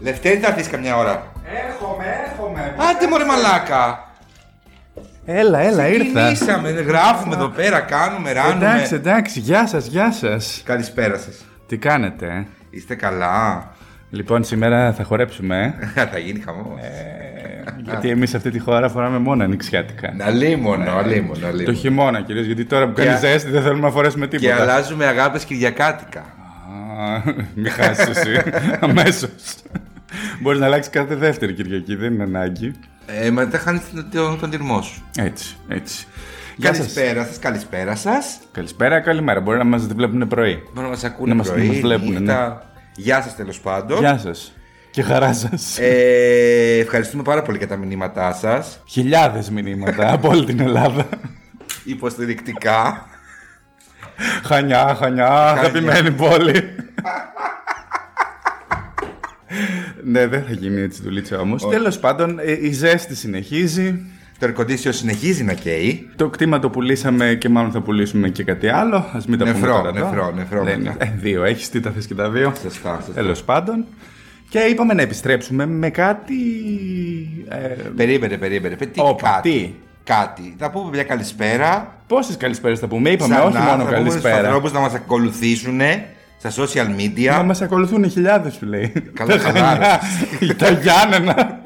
Δευτέρη θα έρθεις καμιά ώρα. Έρχομαι, έρχομαι. Άντε μωρέ μαλάκα. Έλα, έλα, ήρθα. Κινήσαμε, γράφουμε εδώ πέρα, κάνουμε, ράνουμε. Εντάξει, εντάξει, γεια σας, γεια σας. Καλησπέρα σας. Τι κάνετε, ε? Είστε καλά. Λοιπόν, σήμερα θα χορέψουμε. ε. θα γίνει χαμός. Ε, γιατί εμείς αυτή τη χώρα φοράμε μόνο ανοιξιάτικα. Να λίμωνο, αλίμονο, Ε. Το αλίμονο. χειμώνα κυρίως, γιατί τώρα που κάνει Και- ζέστη δεν θέλουμε να φορέσουμε Και τίποτα. αλλάζουμε αγάπες Κυριακάτικα. Α, Μη χάσεις εσύ. Αμέσως. Μπορείς να αλλάξεις κάθε δεύτερη Κυριακή, δεν είναι ανάγκη. Ε, μα τα χάνεις τον τυρμό σου. Έτσι, έτσι. Γεια σας. Καλησπέρα σας, καλησπέρα σας. Καλησπέρα, καλημέρα. Μπορεί να μας βλέπουν πρωί. Μπορεί να μας Να ακούνε μας- πρωί, να μας βλέπουνε, νύχτα. Γεια σας τέλος πάντων. Γεια σας. Και χαρά σας. Ε, ευχαριστούμε πάρα πολύ για τα μηνύματά σας Χιλιάδες μηνύματα από όλη την Ελλάδα. Υποστηρικτικά Χανιά, χανιά, αγαπημένη πόλη. ναι, δεν θα γίνει έτσι δουλίτσα όμως. Τέλος πάντων, ε, η ζέστη συνεχίζει. Το air conditioner συνεχίζει να καίει Το κτήμα το πουλήσαμε και μάλλον θα πουλήσουμε και κάτι άλλο. Ας μην τα πούμε Νεφρό, τώρα. εδώ. νεφρό, νεφρό Δεν μετά. είναι. Ε, δύο, έχεις τι τα θες και τα δύο. Σωστά, σωστά. Τέλος πάντων. Και είπαμε να επιστρέψουμε με κάτι. Ε, Περίμενε, περίμενε Πε- τι, Όπα, κάτι, τι? κάτι Θα πούμε μια καλησπέρα Πόσες καλησπέρες θα πούμε, είπαμε, Ξανά, όχι μόνο θα πούμε στους καλησπέρα. ανθρώπους να μας ακολουθήσουν Στα social Να media μας ακολουθούν χιλιάδες, σου λέει. Καλά, Τα καλά, ρε. Χριστούγεννα, Τα Γιάννενα.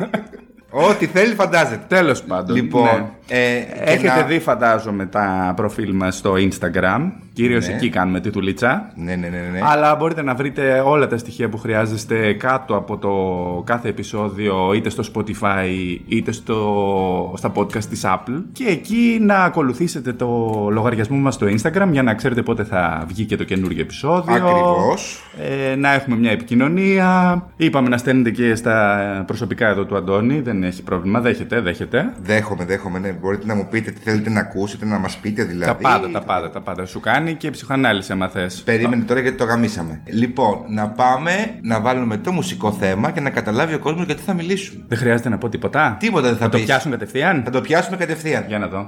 Ό,τι θέλει φαντάζεται Τέλος πάντων. ναι. Λοιπόν ε, και Έχετε να- δει, φαντάζομαι, τα προφίλ μας στο Instagram. Κυρίως Ναι. εκεί κάνουμε τη δουλίτσα. Ναι, ναι, ναι, ναι, ναι. Αλλά μπορείτε να βρείτε όλα τα στοιχεία που χρειάζεστε κάτω από το κάθε επεισόδιο, είτε στο Spotify, είτε στο, στα podcast της Apple. Και εκεί να ακολουθήσετε το λογαριασμό μας στο Instagram για να ξέρετε πότε θα βγει και το καινούργιο επεισόδιο. Ακριβώς. Ε, να έχουμε μια επικοινωνία. Είπαμε να στέλνετε και στα προσωπικά εδώ του Αντώνη. Δεν έχει πρόβλημα. Δέχεται, δέχεται. Δέχομαι, δέχομαι, ναι. Μπορείτε να μου πείτε τι θέλετε να ακούσετε, να μας πείτε δηλαδή. Τα πάντα, τα πάντα, τα πάντα. Σου κάνει και ψυχοανάλυση, άμα θες. Περίμενε τώρα γιατί το γαμίσαμε. Λοιπόν, να πάμε να βάλουμε το μουσικό θέμα και να καταλάβει ο κόσμος γιατί θα μιλήσουμε. Δεν χρειάζεται να πω τίποτα. Τίποτα δεν θα, Θα το πεις. πιάσουν κατευθείαν. Θα το πιάσουμε κατευθείαν. Για να δω.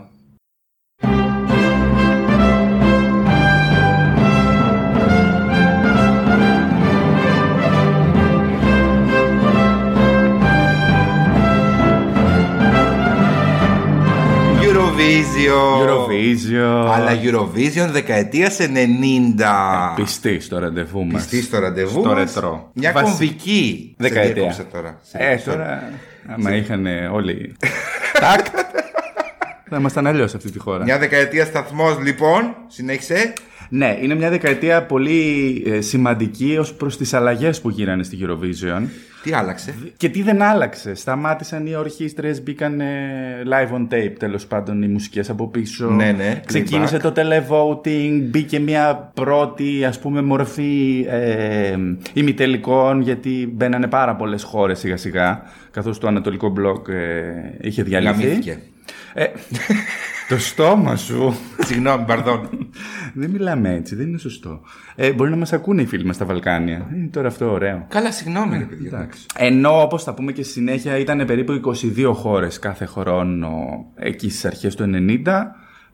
Eurovision. Eurovision. Αλλά Eurovision δεκαετία 90. Πιστή στο ραντεβού μας. Πιστή στο ραντεβού. Στο μας. ρετρό. Μια Βασι- κομβική. Σε Δεκαετία. διέκοψα τώρα. Σε Ε, διέκοψα. τώρα. Άμα είχαν όλοι. Τάκ. Θα ήμασταν αλλιώς αυτή τη χώρα. Μια δεκαετία σταθμός λοιπόν. Συνέχισε. Ναι, είναι μια δεκαετία πολύ ε, σημαντική ως προς τις αλλαγές που γίνανε στη Eurovision. Τι άλλαξε. Και τι δεν άλλαξε. Σταμάτησαν οι ορχήστρες, μπήκαν ε, live on tape τέλος πάντων οι μουσικές από πίσω. Ναι, ναι, Ξεκίνησε playback. το televoting, μπήκε μια πρώτη ας πούμε μορφή ε, ημιτελικών γιατί μπαίνανε πάρα πολλές χώρες σιγά σιγά. Καθώς το ανατολικό μπλοκ ε, είχε διαλυθεί. Γαμήθηκε. Ε, το στόμα σου. Συγγνώμη, παρδόν. δεν μιλάμε έτσι, δεν είναι σωστό. Ε, μπορεί να μας ακούνε οι φίλοι μας στα Βαλκάνια. Είναι τώρα αυτό ωραίο. Καλά, συγγνώμη, ρε παιδιά. Ενώ όπως θα πούμε και στη συνέχεια ήταν περίπου 22 χώρες κάθε χρόνο εκεί στις αρχές του 90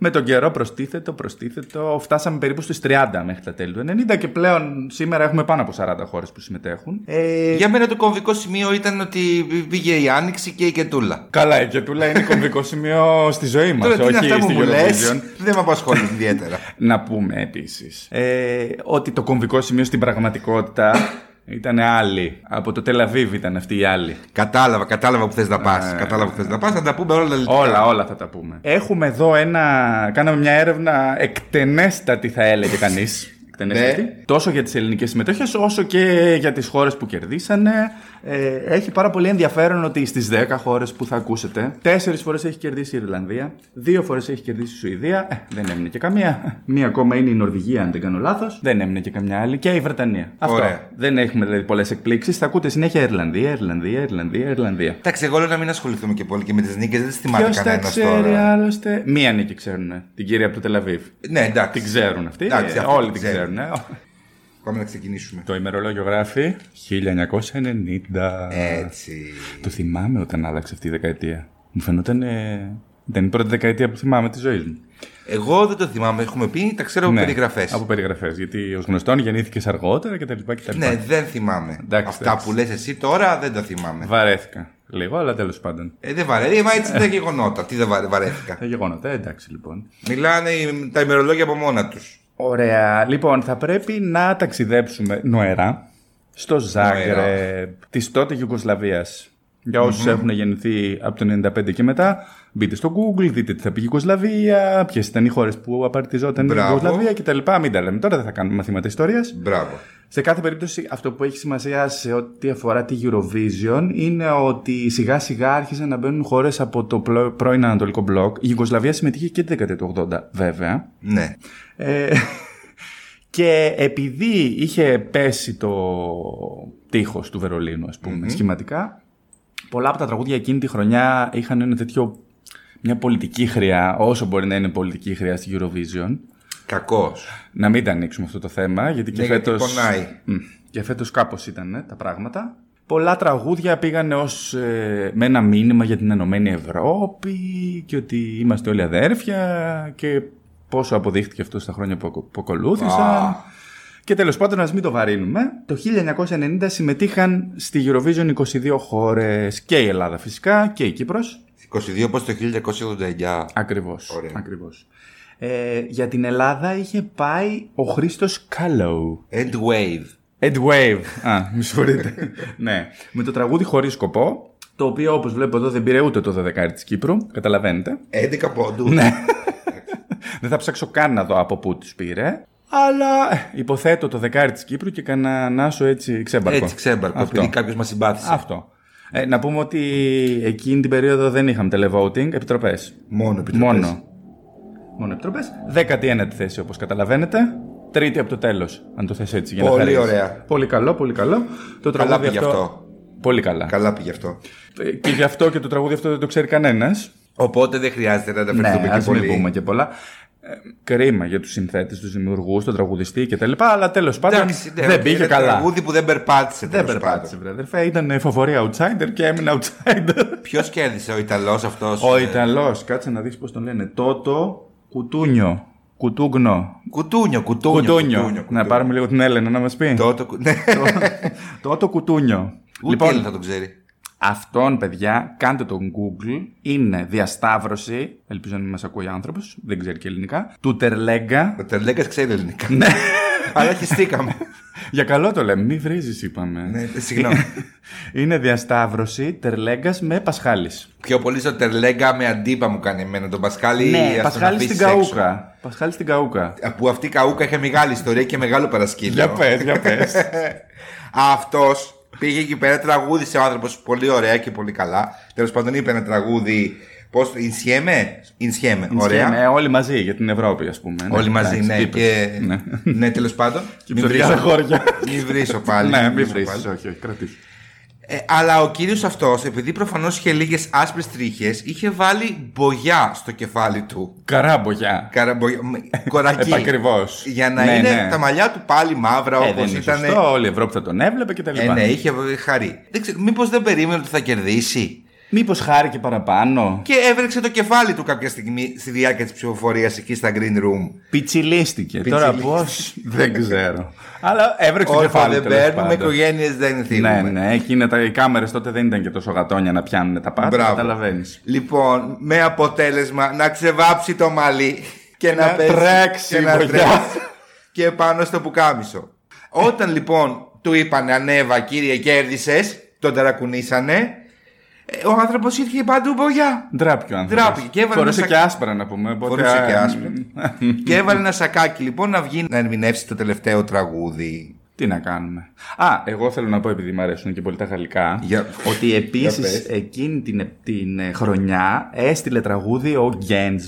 με τον καιρό προστίθετο, προστίθετο, φτάσαμε περίπου στις 30 μέχρι τα τέλη του 90 και πλέον σήμερα έχουμε πάνω από 40 χώρες που συμμετέχουν. Ε, Για μένα το κομβικό σημείο ήταν ότι πήγε η Άνοιξη και η Κετούλα. Καλά, η Κετούλα είναι κομβικό σημείο στη ζωή μας, Τώρα τι είναι όχι αυτά που στη μου λες, Eurovision. δεν με απασχολούν ιδιαίτερα. Να πούμε επίσης ε, ότι το κομβικό σημείο στην πραγματικότητα ήταν άλλη. Από το Τελαβίβ ήταν αυτή η άλλη. κατάλαβα, κατάλαβα που θες να πας. κατάλαβα που θες να πας, θα τα πούμε όλα λεπτά. Όλα, όλα θα τα πούμε. Έχουμε εδώ ένα. Κάναμε μια έρευνα εκτενέστατη, θα έλεγε κανείς. Εκτενέστατη. Ναι. Τόσο για τις ελληνικές συμμετοχές, όσο και για τις χώρες που κερδίσανε. Ε, έχει πάρα πολύ ενδιαφέρον ότι στις 10 χώρες που θα ακούσετε, 4 φορές έχει κερδίσει η Ιρλανδία, 2 φορές έχει κερδίσει η Σουηδία. Ε, δεν έμεινε και καμία. Μία ακόμα είναι η Νορβηγία, αν δεν κάνω λάθος. Δεν έμεινε και καμιά άλλη. Και η Βρετανία. Αυτό. Ωραία. Δεν έχουμε δηλαδή πολλές εκπλήξεις. Θα ακούτε συνέχεια Ιρλανδία, Ιρλανδία, Ιρλανδία, Ιρλανδία. Εντάξει, εγώ λέω να μην ασχοληθούμε και πολύ και με τις νίκες, δεν τις θυμάται Ποιος τα κανένας ξέρει τώρα. άλλωστε. Μία νίκη ξέρουν. Την κυρία από το Τελαβίβ. Ναι, εντάξει. Την ξέρουν αυτοί. Εντάξει, ε, αυτοί όλοι την την ξέρουν. ξέρουν. ε. Πάμε να ξεκινήσουμε. Το ημερολόγιο γράφει 1990. Έτσι. Ε. Το θυμάμαι όταν άλλαξε αυτή η δεκαετία. Μου φαινόταν Ήταν η πρώτη δεκαετία που θυμάμαι της ζωής μου. Ναι. Εγώ δεν το θυμάμαι, έχουμε πει, τα ξέρω από περιγραφές. Από περιγραφές. Γιατί ως γνωστόν γεννήθηκες αργότερα κτλ. κτλ. Ναι, δεν θυμάμαι. Εντάξει, Αυτά εντάξει. που λες εσύ τώρα δεν τα θυμάμαι. Βαρέθηκα λίγο, αλλά τέλος πάντων. Ε, δεν βαρέθηκα. Μα έτσι τα γεγονότα. Τι δεν βαρε- βαρέθηκα. Τα γεγονότα, εντάξει λοιπόν. Μιλάνε οι- τα ημερολόγια από μόνα τους. Ωραία. Λοιπόν, θα πρέπει να ταξιδέψουμε νοερά στο Ζάγκρεπ της τότε Γιουγκοσλαβία. Για όσους έχουν γεννηθεί από το 95 και μετά, μπείτε στο Google, δείτε τι θα πει η Γιουγκοσλαβία, ποιες ήταν οι χώρες που απαρτιζόταν η Μπράβο. Γιουγκοσλαβία κτλ. Μην τα λέμε τώρα, δεν θα κάνουμε μαθήματα ιστορίας. Μπράβο. Σε κάθε περίπτωση, αυτό που έχει σημασία σε ό,τι αφορά τη Eurovision είναι ότι σιγά σιγά άρχισαν να μπαίνουν χώρες από το πλο- πρώην Ανατολικό μπλοκ. Η Ιουγκοσλαβία συμμετείχε και τη δεκαετία του 80, βέβαια. Ναι. Ε, και επειδή είχε πέσει το τείχος του Βερολίνου, ας πουμε σχηματικά, πολλά από τα τραγούδια εκείνη τη χρονιά είχαν ένα τέτοιο, μια πολιτική χρειά, όσο μπορεί να είναι πολιτική χρειά στη Eurovision. Κακός. Να μην τα ανοίξουμε αυτό το θέμα, γιατί και Ναι, γιατί φέτος... πονάει. Μμ. Και φέτος κάπως ήταν ε, τα πράγματα. Πολλά τραγούδια πήγαν ως ε, με ένα μήνυμα για την Ενωμένη Ευρώπη και ότι είμαστε όλοι αδέρφια και πόσο αποδείχτηκε αυτό στα χρόνια που, ακο- που ακολούθησαν. Α. Και τέλος πάντων, ας μην το βαρύνουμε, το 1990 συμμετείχαν στη Eurovision 22 χώρες και η Ελλάδα φυσικά και η Κύπρος. 22 όπως το 1989. Ακριβώς. Ωραία. Ακριβώς. Ε, για την Ελλάδα είχε πάει ο Χρήστος Κάλοου. End wave. Ed Wave. Α, με συγχωρείτε. ναι. Με το τραγούδι χωρίς σκοπό, το οποίο όπως βλέπω εδώ δεν πήρε ούτε το 12 της Κύπρου. Καταλαβαίνετε. 11 πόντου. Ναι. δεν θα ψάξω καν να δω από πού τους πήρε. Αλλά ε, υποθέτω το δεκάρι της Κύπρου και κανένασο έτσι ξέμπαρκο. Έτσι ξέμπαρκο. Αυτό. Επειδή κάποιος μας συμπάθησε. Αυτό. Ε, να πούμε ότι εκείνη την περίοδο δεν είχαμε televoting, επιτροπές. Μόνο επειδή. Μόνο. Μόνο επιτροπές. Δέκατη ένατη θέση όπως καταλαβαίνετε. Τρίτη από το τέλος, αν το θες έτσι για Πολύ να χαρείς. ωραία. Πολύ καλό, πολύ καλό. Το Καλά τραγούδι πήγε αυτό. αυτό. Πολύ καλά. Καλά πήγε αυτό. Ε, Και γι' αυτό και το τραγούδι αυτό δεν το ξέρει κανένας. Οπότε δεν χρειάζεται να αναφερθούμε και Ναι, ας μην πολύ. πούμε και πολλά. Ε, κρίμα για τους συνθέτες, τους δημιουργούς, τον τραγουδιστή κτλ. Αλλά τέλος πάντων Εντάξει, ναι, δεν οκ, πήγε είναι καλά. Τραγούδι που δεν περπάτησε. Δεν περπάτησε, βρε αδερφέ. Ήταν φοβορή outsider και έμεινε outsider. Ποιος κέρδισε, ο Ιταλός αυτός. Ο Ιταλός, κάτσε να δεις πώς τον λένε. Τότο Κουτούνιο. Κουτούγνο. Κουτούνιο, κουτούνιο. Κουτούνιο. Ναι, Να πάρουμε λίγο την Έλενα να μας πει. Τότε, κου- ναι. Τότο Κουτούνιο. Ούτε λοιπόν, θα τον ξέρει. Αυτόν, παιδιά, κάντε τον Google. Είναι διασταύρωση. Ελπίζω να μην μας ακούει άνθρωπος. Δεν ξέρει και ελληνικά. Του Τερλέγκα. Ο Τερλέγκα ξέρει ελληνικά. Ναι. Αλλά χεστήκαμε. Για καλό το λέμε. Μη βρίζεις, είπαμε. ναι, συγγνώμη. Είναι διασταύρωση Τερλέγκα με Πασχάλης. Πιο πολύ στο Τερλέγκα με αντίπα μου κάνει εμένα τον Πασχάλη. ας τον Πασχάλη αφήσεις Ναι, στην έξω. Καούκα. Πασχάλη στην Καούκα. Α, Που αυτή η καούκα είχε μεγάλη ιστορία και μεγάλο παρασκήνιο. Για πες, για πες. Αυτός πήγε εκεί πέρα, τραγούδισε ο άνθρωπος πολύ ωραία και πολύ καλά. Τέλος πάντων, είπε ένα τραγούδι. Πώς, Ινσιέμε, Ινσιέμε, ωραία. Όλοι μαζί για την Ευρώπη, ας πούμε. Όλοι μαζί, εντάξει, ναι. είπες. Και... Ναι. Ναι, τέλος πάντων. Και ψωφιά στα χώρια. Μην βρίσω πάλι. Ναι, μην βρίσω βρεις. πάλι. Όχι, όχι, κρατήσει. Ε, αλλά ο κύριος αυτός, επειδή προφανώς είχε λίγες άσπρες τρίχες, είχε βάλει μπογιά στο κεφάλι του. Καράμπογια. Καραμπογιά. με- Κορακί. Επακριβώς. Για να Ναι, είναι ναι. τα μαλλιά του πάλι μαύρα Ε, όπως δεν είναι ήταν. σωστό, όλη η Ευρώπη θα τον έβλεπε και τα Ε, λοιπά. ναι, είχε χαρεί. Δεν ξέρω, μήπως δεν περίμενε ότι θα κερδίσει. Μήπως χάρηκε παραπάνω. Και έβρεξε το κεφάλι του κάποια στιγμή στη διάρκεια της ψηφοφορίας εκεί στα green room. Πιτσιλίστηκε. Τώρα Πιτσιλίστηκε. πώς, δεν ξέρω. Αλλά έβρεξε το Όρφα κεφάλι δεν τέλος παίρνουμε, πάντων. οικογένειες δεν ενθύμουμε. Ναι, ναι, εκείνα τα, οι κάμερες τότε δεν ήταν και τόσο γατόνια να πιάνουν τα πάντα. Μπράβο. Καταλαβαίνεις. Λοιπόν, με αποτέλεσμα να ξεβάψει το μαλλί και να, να πέσει τρέξει και η να βροχιά. τρέξει και πάνω στο πουκάμισο. Όταν λοιπόν του είπαν ανέβα κύριε κέρδισες, τον ταρακουνήσανε, ε, ο άνθρωπος ήρθε παντού μπογιά. Ντράπηκε ο άνθρωπος. Ντράπηκε και έβαλε Φορούσε μέσα- και άσπρα να πούμε. οπότε, Φορούσε και α, άσπρα. και έβαλε ένα σακάκι λοιπόν να βγει να ερμηνεύσει το τελευταίο τραγούδι. Τι να κάνουμε. Α, εγώ θέλω να πω, επειδή μου αρέσουν και πολύ τα γαλλικά, Για- ότι επίση Για πες. εκείνη την, την ε, χρονιά έστειλε τραγούδι ο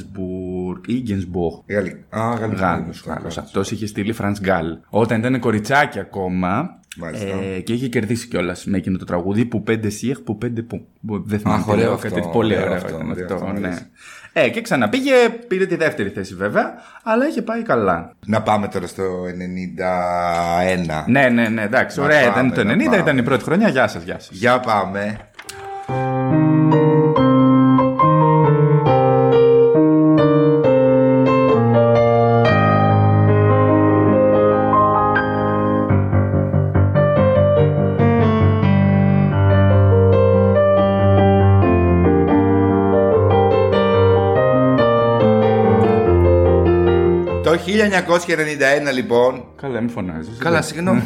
Γκένσμπουργκ ή Γκένσμπουργκ. Γαλλικό. Α, γαλλικός. Γάλλος. Αυτός είχε στείλει Φραντ Γκάλ. Όταν ήταν κοριτσάκι ακόμα. Μάλιστα. ε, και είχε κερδίσει κιόλας με εκείνο το τραγούδι που πέντε σιεχ, που πέντε που. που- Δεν θυμάμαι. Αχ, τι ωραίο λέω, αυτό, κάτι τέτοιο. Πολύ ωραίο ωραίο αυτό, ήταν ωραίο αυτό. αυτό, μου ναι. αρέσει. Ε, και ξαναπήγε, πήρε τη δεύτερη θέση βέβαια, αλλά είχε πάει καλά. Να πάμε τώρα στο 91. Ναι, ναι, ναι, εντάξει, ωραία. πάμε, ήταν το να 90, πάμε. ήταν η πρώτη χρονιά. Γεια σας, γεια σας. Για πάμε. Το 1991 λοιπόν. Καλά, μην φωνάζει. Καλά, συγγνώμη.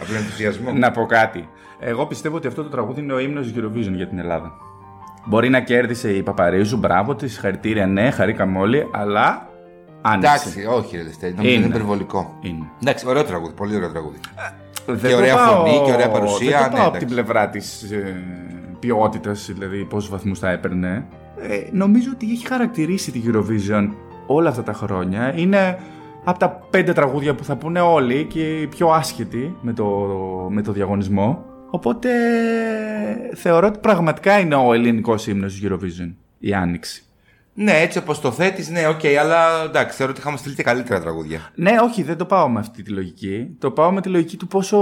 Από τον ενθουσιασμό. Να πω κάτι. Εγώ πιστεύω ότι αυτό το τραγούδι είναι ο ύμνος Eurovision για την Ελλάδα. Μπορεί να κέρδισε η Παπαρίζου, μπράβο της, χαρητήρια, ναι, χαρήκαμε όλοι, αλλά άνοιξε. Εντάξει, όχι, ρε Λεστέρη, νομίζω Είναι. είναι υπερβολικό. Είναι. Εντάξει, ωραίο τραγούδι, πολύ ωραίο τραγούδι. Δεν Και το ωραία πάω- φωνή και ωραία παρουσία, Δεν ναι, το πάω από εντάξει. την πλευρά της ε, ποιότητας, δηλαδή πόσους βαθμούς θα έπαιρνε. Ε, νομίζω ότι έχει χαρακτηρίσει την Eurovision όλα αυτά τα χρόνια. Είναι από τα πέντε τραγούδια που θα πούνε όλοι και οι πιο άσχετοι με το, με το διαγωνισμό. Οπότε θεωρώ ότι πραγματικά είναι ο ελληνικός ύμνος της Eurovision. Η Άνοιξη. Ναι, έτσι όπως το θέτεις, ναι, οκ, αλλά εντάξει, θεωρώ ότι είχαμε στείλει και καλύτερα τραγούδια. Ναι, όχι, δεν το πάω με αυτή τη λογική. Το πάω με τη λογική του πόσο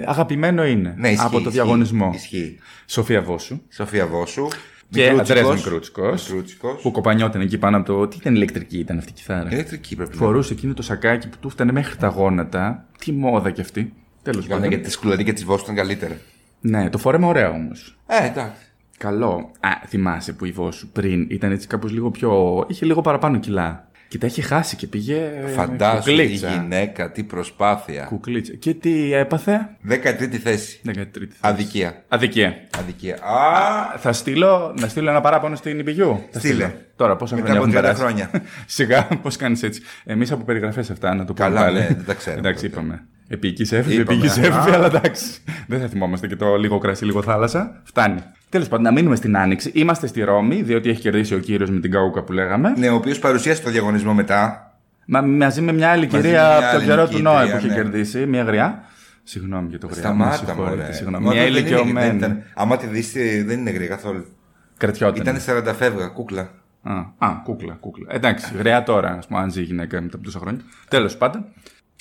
ε, αγαπημένο είναι Ναι, ισχύει, από το ισχύει, διαγωνισμό. Ισχύει. Σοφία Βόσου. Σοφία Βόσου. Και Μικρούτσικος. Αντρέας Μικρούτσικος. Μικρούτσικος. Ε, που κοπανιόταν εκεί πάνω από το. Τι ήταν ηλεκτρική, ήταν αυτή η κιθάρα. Ηλεκτρική πρέπει να Φορούσε εκείνο το σακάκι που του φτάνε μέχρι τα γόνατα. Τι μόδα κι αυτή. Τέλος είναι. πάντων. Γιατί τη σκουλαρή Ναι, και της Βόσου ήταν καλύτερα. Ναι, το φόρεμα ωραίο όμως. Ε, εντάξει. Καλό. Α, θυμάσαι που η Βόσου πριν ήταν έτσι κάπως λίγο πιο. είχε λίγο παραπάνω κιλά. Και τα είχε χάσει και πήγε. Φαντάζομαι τι Ε, κουκλίτσα. γυναίκα, τι προσπάθεια. Κουκλίτσα. Και τι έπαθε. 13η θέση. 13η. Αδικία. Αδικία. Αδικία. Α, Θα στείλω, να στείλω ένα παράπονο στην Υπηγιού. Θα Στείλε. στείλω. Τώρα, πόσα Μετά χρόνια από 30 έχουν περάσει. χρόνια. Σιγά, πώς κάνεις έτσι. Εμείς από περιγραφές αυτά, να το πούμε Καλά, πάλι. ναι, δεν τα ξέρουμε. Εντάξει, είπαμε. Επίκης έφηβη, Είπαμε. επίκης έφηβη, Α. αλλά εντάξει. Δεν θα θυμόμαστε και το λίγο κρασί, λίγο θάλασσα. Φτάνει. Τέλος πάντων, να μείνουμε στην Άνοιξη. Είμαστε στη Ρώμη, διότι έχει κερδίσει ο κύριος με την καούκα που λέγαμε. ναι, ο οποίος παρουσίασε το διαγωνισμό μετά. Μα, μαζί με μια άλλη με κυρία μια από το άλλη καιρό του Νόε νικήτρια, που είχε ναι. κερδίσει, μια γριά. Συγγνώμη για το γριά. με Σταμάτα συγχωρείτε, μου, συγγνώμη. Μια ηλικιωμένη. Άμα τη δεις ε, δεν είναι γρήγορα καθόλου. Κρατιόταν. Ήταν 40 φεύγα, κούκλα. Α, α, κούκλα, κούκλα. Εντάξει, γραία τώρα, ας πούμε, αν ζει η γυναίκα μετά από τόσα χρόνια. Τέλος πάντων,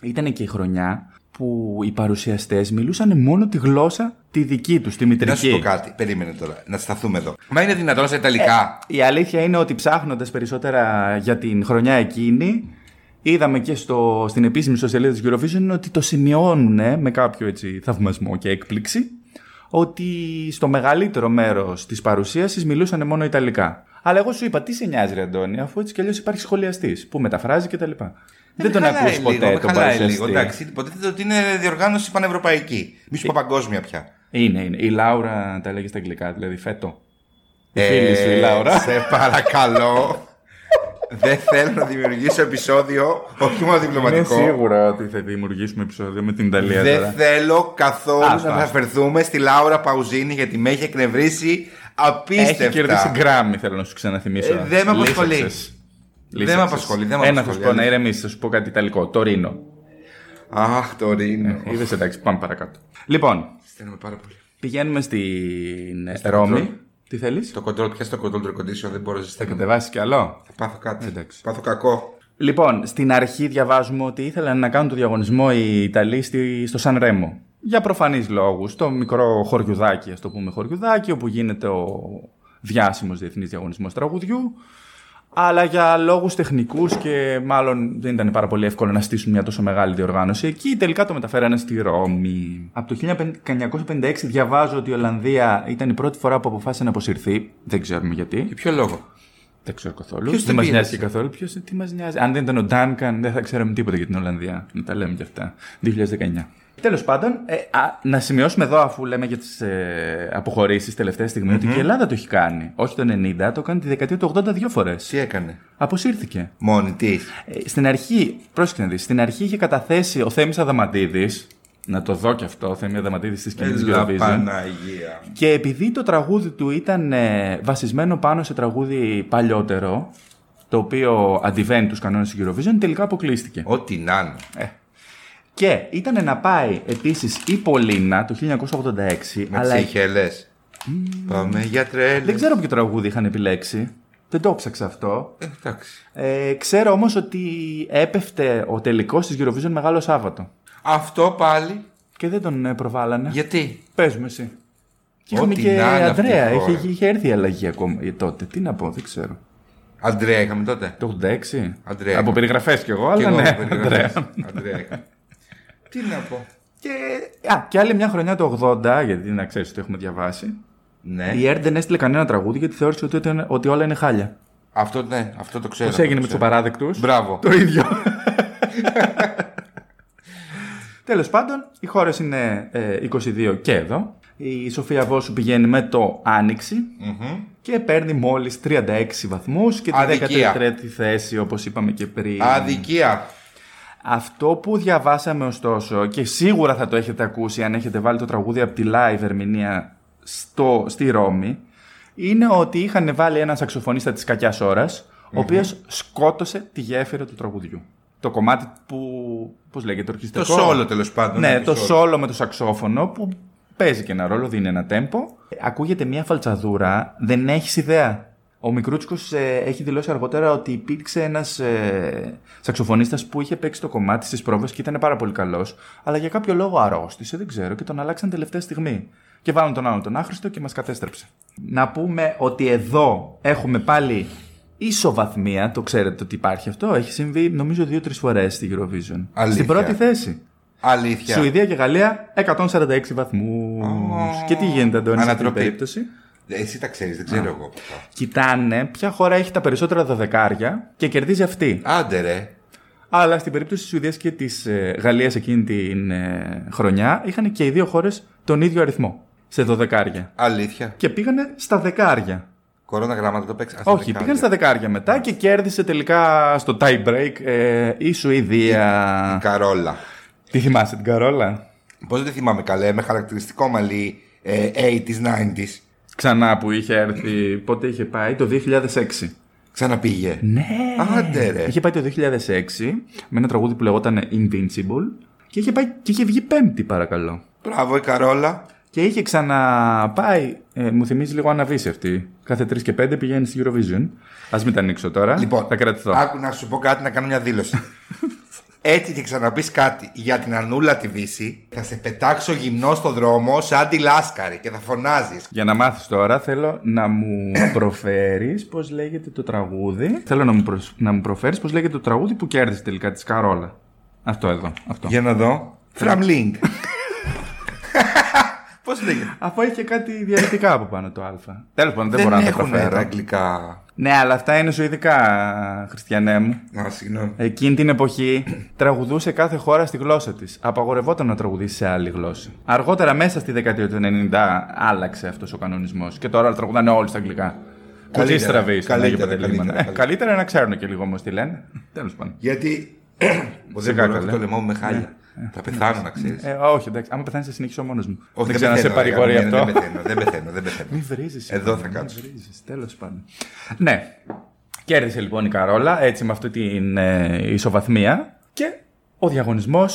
ήταν και η χρονιά που οι παρουσιαστές μιλούσαν μόνο τη γλώσσα τη δική τους, τη μητρική. Να σου πω κάτι. Περίμενε τώρα. Να σταθούμε εδώ. Μα είναι δυνατόν σε Ιταλικά. Η αλήθεια είναι ότι ψάχνοντας περισσότερα για την χρονιά εκείνη, είδαμε και στο, στην επίσημη ιστοσελίδα της Eurovision ότι το σημειώνουν με κάποιο έτσι θαυμασμό και έκπληξη ότι στο μεγαλύτερο μέρος της παρουσίασης μιλούσαν μόνο Ιταλικά. Αλλά εγώ σου είπα, τι σε νοιάζει, Ρε Αντώνη, αφού έτσι κι αλλιώς υπάρχει σχολιαστής που μεταφράζει κτλ. Δεν τον Ε, χαλάει ακούς ποτέ λίγο, τον χαλάει παρουσιαστή. λίγο. Εντάξει, υποτίθεται ότι είναι διοργάνωση πανευρωπαϊκή. Μη Ε, σου πω παγκόσμια πια. είναι, είναι. Η Λάουρα τα λέγει στα αγγλικά, δηλαδή φέτο. Η φίλη σου, η Λάουρα. Ε, σε παρακαλώ. Δεν θέλω να δημιουργήσω επεισόδιο, όχι μόνο Είναι διπλωματικό. σίγουρα ότι θα δημιουργήσουμε επεισόδιο με την Ιταλία τώρα. Δεν θέλω καθόλου Άστα, να άστα. αναφερθούμε στη Λάουρα Παουζίνη γιατί με έχει εκνευρίσει απίστευτα. Έχει κερδίσει γκράμμι, θέλω να σου ξαναθυμίσω. Ε, δεν με απασχολεί. Λύσαξες. Δεν με Λύσαξες. απασχολεί, δεν με Ένα θα απασχολεί, σου πω να αλήθεια. ηρεμήσει, θα σου πω κάτι ιταλικό. Το Ρήνο. Αχ, το Ρήνο. Είδες εντάξει, πάμε παρακάτω. Λοιπόν, Στέλνουμε πάρα πολύ. πηγαίνουμε στην Ρώμη. Τι θέλεις, Το control, πιάσε το control του condition, δεν μπορώ να Θα ζεσταίνω. κατεβάσεις κι άλλο. Θα πάθω κάτι. Εντάξει. Πάθω κακό. Λοιπόν, στην αρχή διαβάζουμε ότι ήθελαν να κάνουν το διαγωνισμό οι Ιταλοί στη- στο Σαν Ρέμο. Για προφανείς λόγους. Το μικρό χωριουδάκι, ας το πούμε, χωριουδάκι, όπου γίνεται ο διάσημος διεθνής διαγωνισμός τραγουδιού. Αλλά για λόγους τεχνικούς και μάλλον δεν ήταν πάρα πολύ εύκολο να στήσουν μια τόσο μεγάλη διοργάνωση εκεί. Τελικά το μεταφέρανε στη Ρώμη. Από το 1956 διαβάζω ότι η Ολλανδία ήταν η πρώτη φορά που αποφάσισε να αποσυρθεί. Δεν ξέρουμε γιατί. Για ποιο λόγο. Δεν ξέρω καθόλου. Ποιος δεν την μας πήρε, νοιάζει και εσύ? καθόλου. Ποιος, τι μας νοιάζει. Αν δεν ήταν ο Ντάνκαν, δεν θα ξέραμε τίποτα για την Ολλανδία. Να τα λέμε κι αυτά. 2019. Τέλος πάντων, ε, α, να σημειώσουμε εδώ, αφού λέμε για τις ε, αποχωρήσεις τελευταία στιγμή, ότι και η Ελλάδα το έχει κάνει. Όχι το 90, το κάνει τη δεκαετία του 80 δύο φορές. Τι έκανε. Αποσύρθηκε. Μόνη της. Ε, στην αρχή, πρόσεχε να δεις, στην αρχή είχε καταθέσει ο Θέμης Αδαμαντίδης. Να το δω κι αυτό, ο Θέμη Αδαμαντίδη της κοινής Eurovision. Παναγία. Και επειδή το τραγούδι του ήταν ε, βασισμένο πάνω σε τραγούδι παλιότερο, το οποίο αντιβαίνει τους κανόνες του Eurovision, τελικά αποκλείστηκε. Ό,τι να είναι. Ε, Και ήταν να πάει επίσης η Πολίνα το 1986, Με αλλά τι ηχελέ. Πάμε για τρέλες. δεν ξέρω ποιο τραγούδι είχαν επιλέξει. Δεν το ψάξα αυτό. Εντάξει. Ε, ξέρω όμως ότι έπεφτε ο τελικός της Eurovision Μεγάλο Σάββατο. Αυτό πάλι. Και δεν τον ε, προβάλανε. Γιατί. Πες μου εσύ. Και είχαμε Ό,τι και να είναι αυτή η Ανδρέα. χώρα. Είχε, είχε έρθει η αλλαγή ακόμα ε, τότε. Τι να πω, δεν ξέρω. Αντρέα είχαμε τότε. Το 86. Αντρέα. Από περιγραφές κι εγώ, Κι αλλά εγώ ναι. περιγραφές. Αντρέα. Αντρέα. είχαμε. Τι να πω. Και, α, και άλλη μια χρονιά το 80, γιατί να ξέρεις το έχουμε διαβάσει. Ναι. Η Ερντ δεν έστειλε κανένα τραγούδι γιατί θεώρησε ότι, ήταν- ότι όλα είναι χάλια. Αυτό, ναι, αυτό το ξέρω. Πώς έγινε με τους το απαράδεκτους. Μπράβο. Το ίδιο. Τέλος πάντων, οι χώρες είναι ε, 22 και εδώ. Η Σοφία Βόσου πηγαίνει με το Άνοιξη και παίρνει μόλις 36 βαθμούς και τη Αδικία. 13η θέση, όπως είπαμε και πριν. Αδικία. Αυτό που διαβάσαμε ωστόσο και σίγουρα θα το έχετε ακούσει αν έχετε βάλει το τραγούδι από τη live ερμηνεία στο, στη Ρώμη είναι ότι είχαν βάλει έναν σαξοφωνίστα της κακιάς ώρας ο οποίος σκότωσε τη γέφυρα του τραγουδιού. Το κομμάτι που, πώς λέγεται, Το ορκιστικό. σόλο τέλος πάντων. Ναι, το το solo. σόλο με το σαξόφωνο που παίζει και ένα ρόλο, δίνει ένα τέμπο. Ακούγεται μια φαλτσαδούρα, δεν έχεις ιδέα. Ο Μικρούτσικος έχει δηλώσει αργότερα ότι υπήρξε ένας ε, σαξοφωνίστας που είχε παίξει το κομμάτι στις πρόβες και ήταν πάρα πολύ καλός, αλλά για κάποιο λόγο αρρώστησε, δεν ξέρω, και τον αλλάξαν τελευταία στιγμή. Και βάλαν τον άλλον τον άχρηστο και μας κατέστρεψε. Να πούμε ότι εδώ έχουμε πάλι ισοβαθμία, το ξέρετε ότι υπάρχει αυτό. Έχει συμβεί νομίζω δύο-τρει φορές στη Eurovision. Αλήθεια. Στην πρώτη θέση. Αλήθεια. Σουηδία και Γαλλία 146 βαθμού. Και τι γίνεται, Αντώνη, σε αυτή την Ανατροπή. περίπτωση. Εσύ τα ξέρεις, δεν ξέρω εγώ. Κοιτάνε ποια χώρα έχει τα περισσότερα δωδεκάρια και κερδίζει αυτή. Άντε ρε. Αλλά στην περίπτωση της Σουηδίας και της ε, Γαλλίας εκείνη την ε, χρονιά είχαν και οι δύο χώρες τον ίδιο αριθμό σε δωδεκάρια. Αλήθεια. Και πήγανε στα δεκάρια. Κορώνα γράμματα το παίξα. Όχι, πήγαν στα δεκάρια μετά και κέρδισε τελικά στο tie break ε, η Σουηδία. Καρόλα. Τι θυμάσαι την Καρόλα? Πώς δεν θυμάμαι καλέ, με χαρακτηριστικό μαλλί ε, 80s, 90s. Ξανά που είχε έρθει, πότε είχε πάει, το 2006. Ξαναπήγε. Ναι. Άντε ρε. Είχε πάει το 2006 με ένα τραγούδι που λεγόταν Invincible και είχε, πάει, και είχε βγει πέμπτη παρακαλώ. Μπράβο η Καρόλα. Και είχε ξαναπάει, ε, μου θυμίζει λίγο αναβίση αυτή. Κάθε 3 και 5 πηγαίνεις στην Eurovision. Ας μην τα ανοίξω τώρα. Λοιπόν, θα κρατηθώ. Άκου να σου πω κάτι, να κάνω μια δήλωση. Έτσι και ξαναπείς κάτι για την Ανούλα τη Δύση, θα σε πετάξω γυμνό στο δρόμο σαν τη Λάσκαρη και θα φωνάζεις. Για να μάθεις τώρα, θέλω να μου προφέρεις πώς λέγεται το τραγούδι. Θέλω να μου, προσ- να μου προφέρεις πώς λέγεται το τραγούδι που κέρδισε τελικά της Καρόλα. Αυτό εδώ. Αυτό. Για να δω. Ναι. Φραμλίνγκ. Πώς λέγεται. Αφού έχει και κάτι διαλυτικά από πάνω το Α. Τέλος πάντων, δεν, Δεν μπορώ να το έχουν προφέρω. τα αγγλικά. Ναι, αλλά αυτά είναι σουηδικά, χριστιανέ μου. Α, συγγνώμη. Εκείνη την εποχή τραγουδούσε κάθε χώρα στη γλώσσα της. Απαγορευόταν να τραγουδήσει σε άλλη γλώσσα. Αργότερα, μέσα στη δεκαετία του 90, άλλαξε αυτός ο κανονισμός. Και τώρα τραγουδάνε όλοι στα αγγλικά. Κουτί στραβή. στην Αγία καλύτερα, Παντελήμωνα. καλύτερα, Ε, καλύτερα. καλύτερα να ξέρουν και λίγο όμως τι λένε. Τέλος πάντων. Γιατί. Που δεν Σιγά μπορώ, καλά. το λαιμό μου με χάλια. Θα πεθάνω να ξέρει. Ναι, Ε, όχι, εντάξει, άμα πεθάνεις, θα συνεχίσω μόνος μου. Όχι, δεν ξέρω αν σε πεθαίνω, παρηγορεί αγαπημένη, αυτό. Δεν πεθαίνω, δεν πεθαίνω, δεν πεθαίνω. Μην βρίζεις. Εδώ θα κάτσω. Μην βρίζεις, τέλος πάντων. Ναι. Κέρδισε λοιπόν η Καρόλα έτσι με αυτή την ε, ισοβαθμία και ο διαγωνισμός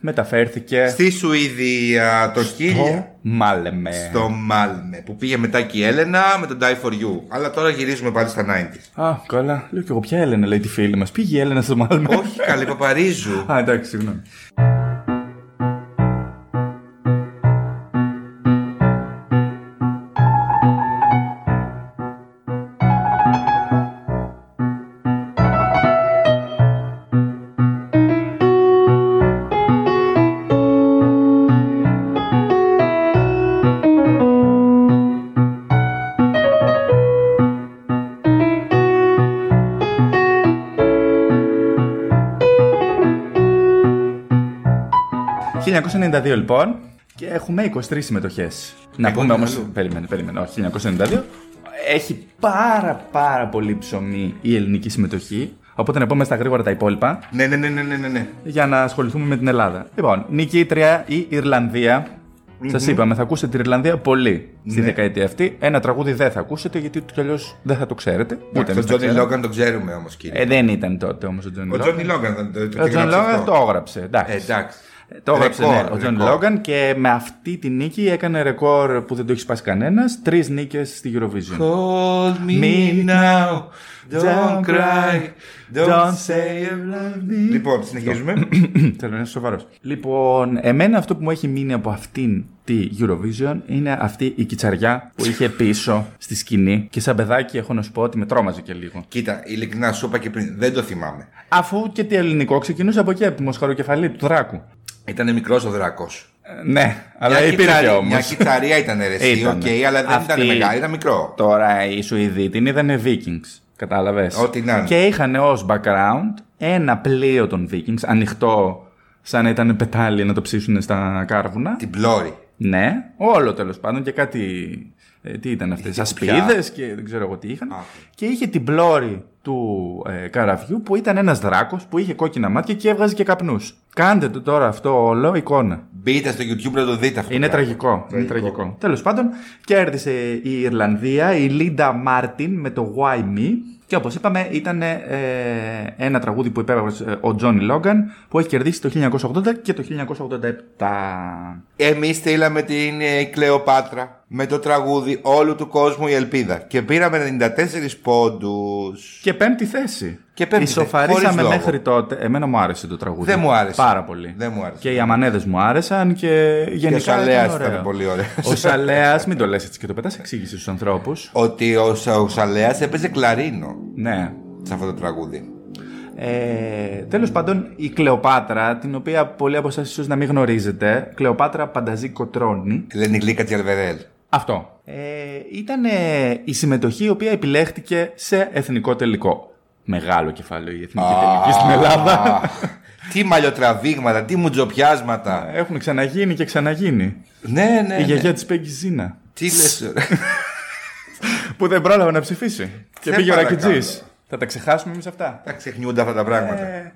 μεταφέρθηκε Στη Σουηδία το χίλια. Ε. στο Μάλεμε. στο Μάλμε που πήγε μετά και η Έλενα με τον Die for You. Αλλά τώρα γυρίζουμε πάλι στα 90s. Α, καλά. Λέω κι εγώ, ποια Έλενα λέει τη φίλη μας. Πήγε η Έλενα στο Μάλεμε. Όχι, καλή Παπαρίζου. Α, εντάξει, συγγνώμη. Το 1992 λοιπόν και έχουμε 23 συμμετοχές. Να Εγώ πούμε δεν όμω. αλλού. Περίμενε, περίμενε. Όχι, 1992. Έχει πάρα πάρα πολύ ψωμί η ελληνική συμμετοχή. Οπότε να πούμε στα γρήγορα τα υπόλοιπα ναι, ναι, ναι, ναι, ναι, ναι, ναι. για να ασχοληθούμε με την Ελλάδα. Λοιπόν, νικήτρια η Ιρλανδία. Σας είπαμε, θα ακούσετε την Ιρλανδία πολύ στη Ναι. δεκαετία αυτή. Ένα τραγούδι δεν θα ακούσετε γιατί του αλλιώς δεν θα το ξέρετε. Τον Ούτε εμείς Ε, το Τζόνι ξέραμε. Λόγκαν τον ξέρουμε όμως, κύριε. Ε, δεν ήταν τότε όμως ο Τζόνι Ο Λόγκαν. Τζόνι Λόγκαν ήταν το, το, Ο Τζον έγραψε Λόγκαν αυτό. το έγραψε. Εντάξει. Ε, εντάξει. Ε, Το έγραψε Ρεκόρ, ναι, ο Τζον ρεκόρ. Λόγκαν και με αυτή τη νίκη έκανε ρεκόρ που δεν το έχει σπάσει κανένας. Τρεις νίκες στη Eurovision. Hold me Me now, don't Don't cry, don't say you love love me. me. Λοιπόν, συνεχίζουμε. Θέλω να είσαι σοβαρός. Λοιπόν, εμένα αυτό που μου έχει μείνει από αυτήν τη Eurovision είναι αυτή η κιτσαριά που είχε πίσω στη σκηνή. Και σαν παιδάκι έχω να σου πω ότι με τρόμαζε και λίγο. Κοίτα, ειλικρινά σου είπα και πριν, δεν το θυμάμαι. Αφού και τι ελληνικό ξεκινούσε από εκεί, από τη μοσχαροκεφαλή του Δράκου. Ήταν μικρός ο δράκος. Ε, ναι, αλλά υπήρχε κιθαρία, όμω. μια κιθαρία ήταν ρε, εσύ, οκ, Ήτανε. αλλά δεν Αυτή- ήταν μεγάλη, ήταν μικρό. Τώρα οι Σουηδοί την είδανε Vikings. Κατάλαβες. Ό,τι να είναι. Και είχαν ως background ένα πλοίο των Vikings, ανοιχτό, σαν να ήταν πετάλι να το ψήσουν στα κάρβουνα. Την πλώρη. Ναι, όλο τέλος πάντων και κάτι. ε, τι ήταν αυτές, ασπίδες και δεν ξέρω εγώ τι είχαν. Και είχε την πλώρη του ε, καραβιού που ήταν ένας δράκος που είχε κόκκινα μάτια και έβγαζε και καπνούς. Κάντε το τώρα αυτό όλο εικόνα. Μπείτε στο YouTube να το δείτε αυτό. Είναι πράγμα. τραγικό. Είναι τραγικό. Τέλος πάντων, κέρδισε η Ιρλανδία, η Λίντα Μάρτιν με το Why Me. Και όπως είπαμε, ήταν ε, ένα τραγούδι που υπέβαλε ε, ο Τζόνι Λόγκαν που έχει κερδίσει το 1980 και το 1987. Εμείς στείλαμε την ε, Κλεοπάτρα με το τραγούδι Όλου του κόσμου η ελπίδα. Και πήραμε 94 πόντους. Και πέμπτη θέση. Και πέμπτη θέση, χωρίς Ισοφαρίσαμε λόγο. μέχρι τότε. Εμένα μου άρεσε το τραγούδι. Δεν μου άρεσε. Πάρα πολύ. Δεν μου άρεσε. Και οι αμανέδες μου άρεσαν και γενικά. Και ο Σαλέας ήταν ήταν ωραίο. πολύ ωραίος. Ο Σαλέας, μην το λες έτσι και το πετάς, εξήγησε στους ανθρώπους. Ότι ο, Σα- ο Σαλέας έπαιζε κλαρίνο Ναι. σε αυτό το τραγούδι. Ε, Τέλος πάντων, η Κλεοπάτρα, την οποία πολλοί από εσάς ίσως να μην γνωρίζετε, Κλεοπάτρα Πανταζή Κοτρώνη. Ελένη Γλίκα Τζερβερέλ. Αυτό. Ε, ήταν ε, η συμμετοχή η οποία επιλέχτηκε σε εθνικό τελικό. Μεγάλο κεφάλαιο η εθνική τελική στην Ελλάδα. Α, τι μαλλιοτραβήγματα, τι μουτζοπιάσματα. Έχουν ξαναγίνει και ξαναγίνει. Ναι, ναι. Η ναι. γιαγιά της Πέγκη Ζήνα. Τι λες. Που δεν πρόλαβε να ψηφίσει. Και Σε πήγε ο παρακαλώ. Ρακιτζής. Θα τα ξεχάσουμε εμείς αυτά. Τα ξεχνιούνται αυτά τα πράγματα. Ε,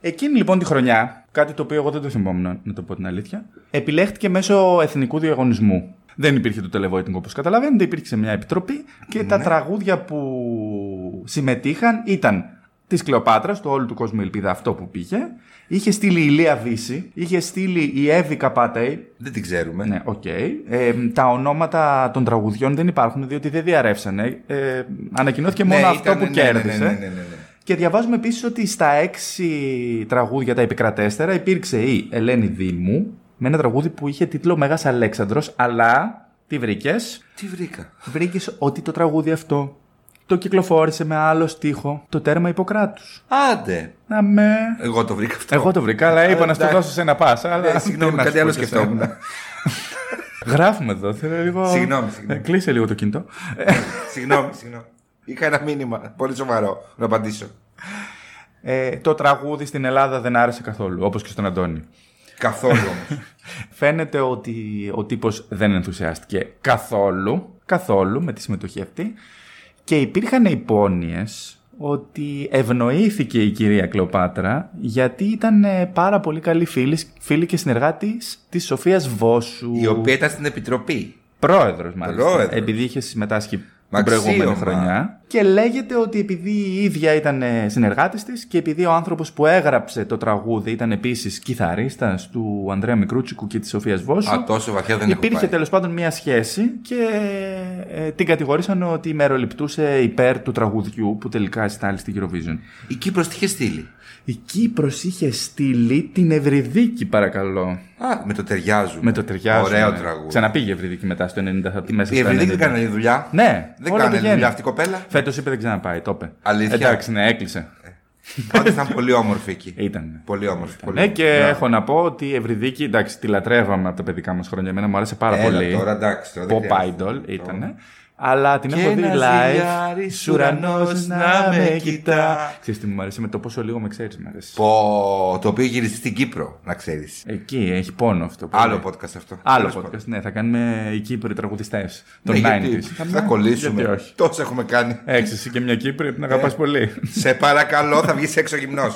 εκείνη λοιπόν τη χρονιά, κάτι το οποίο εγώ δεν το θυμόμουν, να- να το πω την αλήθεια, επιλέχτηκε μέσω εθνικού διαγωνισμού. Δεν υπήρχε το televoting όπως καταλαβαίνετε, υπήρξε μια επιτροπή και τα Ναι. τραγούδια που συμμετείχαν ήταν της Κλεοπάτρας, το όλου του κόσμου η ελπίδα αυτό που πήγε. Είχε στείλει η Λία Βύση, είχε στείλει η Εύη Καπάτεϊ, Δεν την ξέρουμε. ναι, οκ. Ε, τα ονόματα των τραγουδιών δεν υπάρχουν διότι δεν διαρρεύσανε. Ε, ανακοινώθηκε μόνο Ναι, αυτό ήταν- που ναι, ναι, ναι, κέρδισε. ναι, ναι, ναι, ναι. Και διαβάζουμε επίσης ότι στα έξι τραγούδια τα επικρατέστερα υπήρξε η Ελένη Δήμου με ένα τραγούδι που είχε τίτλο Μέγας Αλέξανδρος, αλλά τι βρήκες. Τι βρήκα. Βρήκες ότι το τραγούδι αυτό το κυκλοφόρησε με άλλο στίχο το τέρμα Υποκράτου. Άντε. Να με. Εγώ το βρήκα αυτό. Εγώ το βρήκα, αλλά είπα να σου το Ε, εντάξει. δώσω σε ένα πάσα. Αλλά Ε, συγγνώμη, τι να κάτι σου άλλο πω και σε σκεφτόμουν. ένα. Γράφουμε εδώ, θέλω λίγο. Συγγνώμη, συγγνώμη. Ε, Κλείσε λίγο το κινητό. συγγνώμη, συγγνώμη. Είχα ένα μήνυμα πολύ σοβαρό να απαντήσω. Ε, το τραγούδι στην Ελλάδα δεν άρεσε καθόλου, όπως και στον Αντώνη. Καθόλου όμως. Φαίνεται ότι ο τύπος δεν ενθουσιάστηκε καθόλου, καθόλου με τη συμμετοχή αυτή και υπήρχαν υπόνοιες ότι ευνοήθηκε η κυρία Κλεοπάτρα γιατί ήταν ε, πάρα πολύ καλή φίλη, φίλη και συνεργάτης της Σοφίας Βόσου. Η οποία ήταν στην επιτροπή. Πρόεδρος μάλιστα, Πρόεδρος. επειδή είχε συμμετάσχει Μα την προηγούμενη αξίωμα. χρονιά. Και λέγεται ότι επειδή η ίδια ήταν ε, συνεργάτης της και επειδή ο άνθρωπος που έγραψε το τραγούδι ήταν επίσης κιθαρίστας του Ανδρέα Μικρούτσικου και της Σοφίας Βόσου. Α, τόσο βαθιά δεν έχω Υπήρχε πάει. τέλος πάντων μια σχέση και ε, την κατηγορήσαν ότι μεροληπτούσε υπέρ του τραγουδιού που τελικά εστάλει στη Eurovision. Η Κύπρος τι είχε στείλει. Η Κύπρος είχε στείλει την Ευρυδίκη, παρακαλώ. Α, με το ταιριάζουμε. Με το ναι. ταιριάζουμε. Ωραίο τραγούδι. ξαναπήγε η Ευρυδίκη μετά στο 90. θα- μέσα Η στο Ευρυδίκη δεν 90. κάνει δουλειά. Ναι, Δεν όλα κάνει πηγαίνουν. δουλειά αυτή η κοπέλα. Φέτος είπε δεν ξαναπάει, το είπε. Αλήθεια? Εντάξει, ναι, έκλεισε. Πάντως ήταν πολύ όμορφη εκεί. Ήταν. Πολύ όμορφη. Ε, Πολύ Ναι, όμορφη. και έχω να πω ότι η Ευρυδίκη, εντάξει, τη λατρεύαμε από τα παιδικά μας χρόνια. Εμένα μου άρεσε πάρα Έλα πολύ. τώρα, εντάξει, τώρα δεν Pop χρειάζεται. Idol ήταν. Αλλά την Και έχω δει ένα live. ζυγάρι σ' Ουρανός ουρανός να να με με κοιτά. κοιτά. Ξέρεις τι μου αρέσει με το πόσο λίγο με ξέρεις, μου αρέσει. Πω, το οποίο γυριστεί στην Κύπρο, να ξέρεις. Εκεί έχει πόνο αυτό. πολύ. Άλλο podcast αυτό. Ναι. Άλλο Τέλος πάντων. podcast, ναι, θα κάνουμε οι Κύπροι τραγουδιστές των Ναι, 90s. γιατί θα κολλήσουμε. Ε, Γιατί όχι. Τόσο έχουμε κάνει. Έχεις εσύ και μια Κύπρη, την αγαπάς πολύ. Σε παρακαλώ, θα βγεις έξω γυμνός.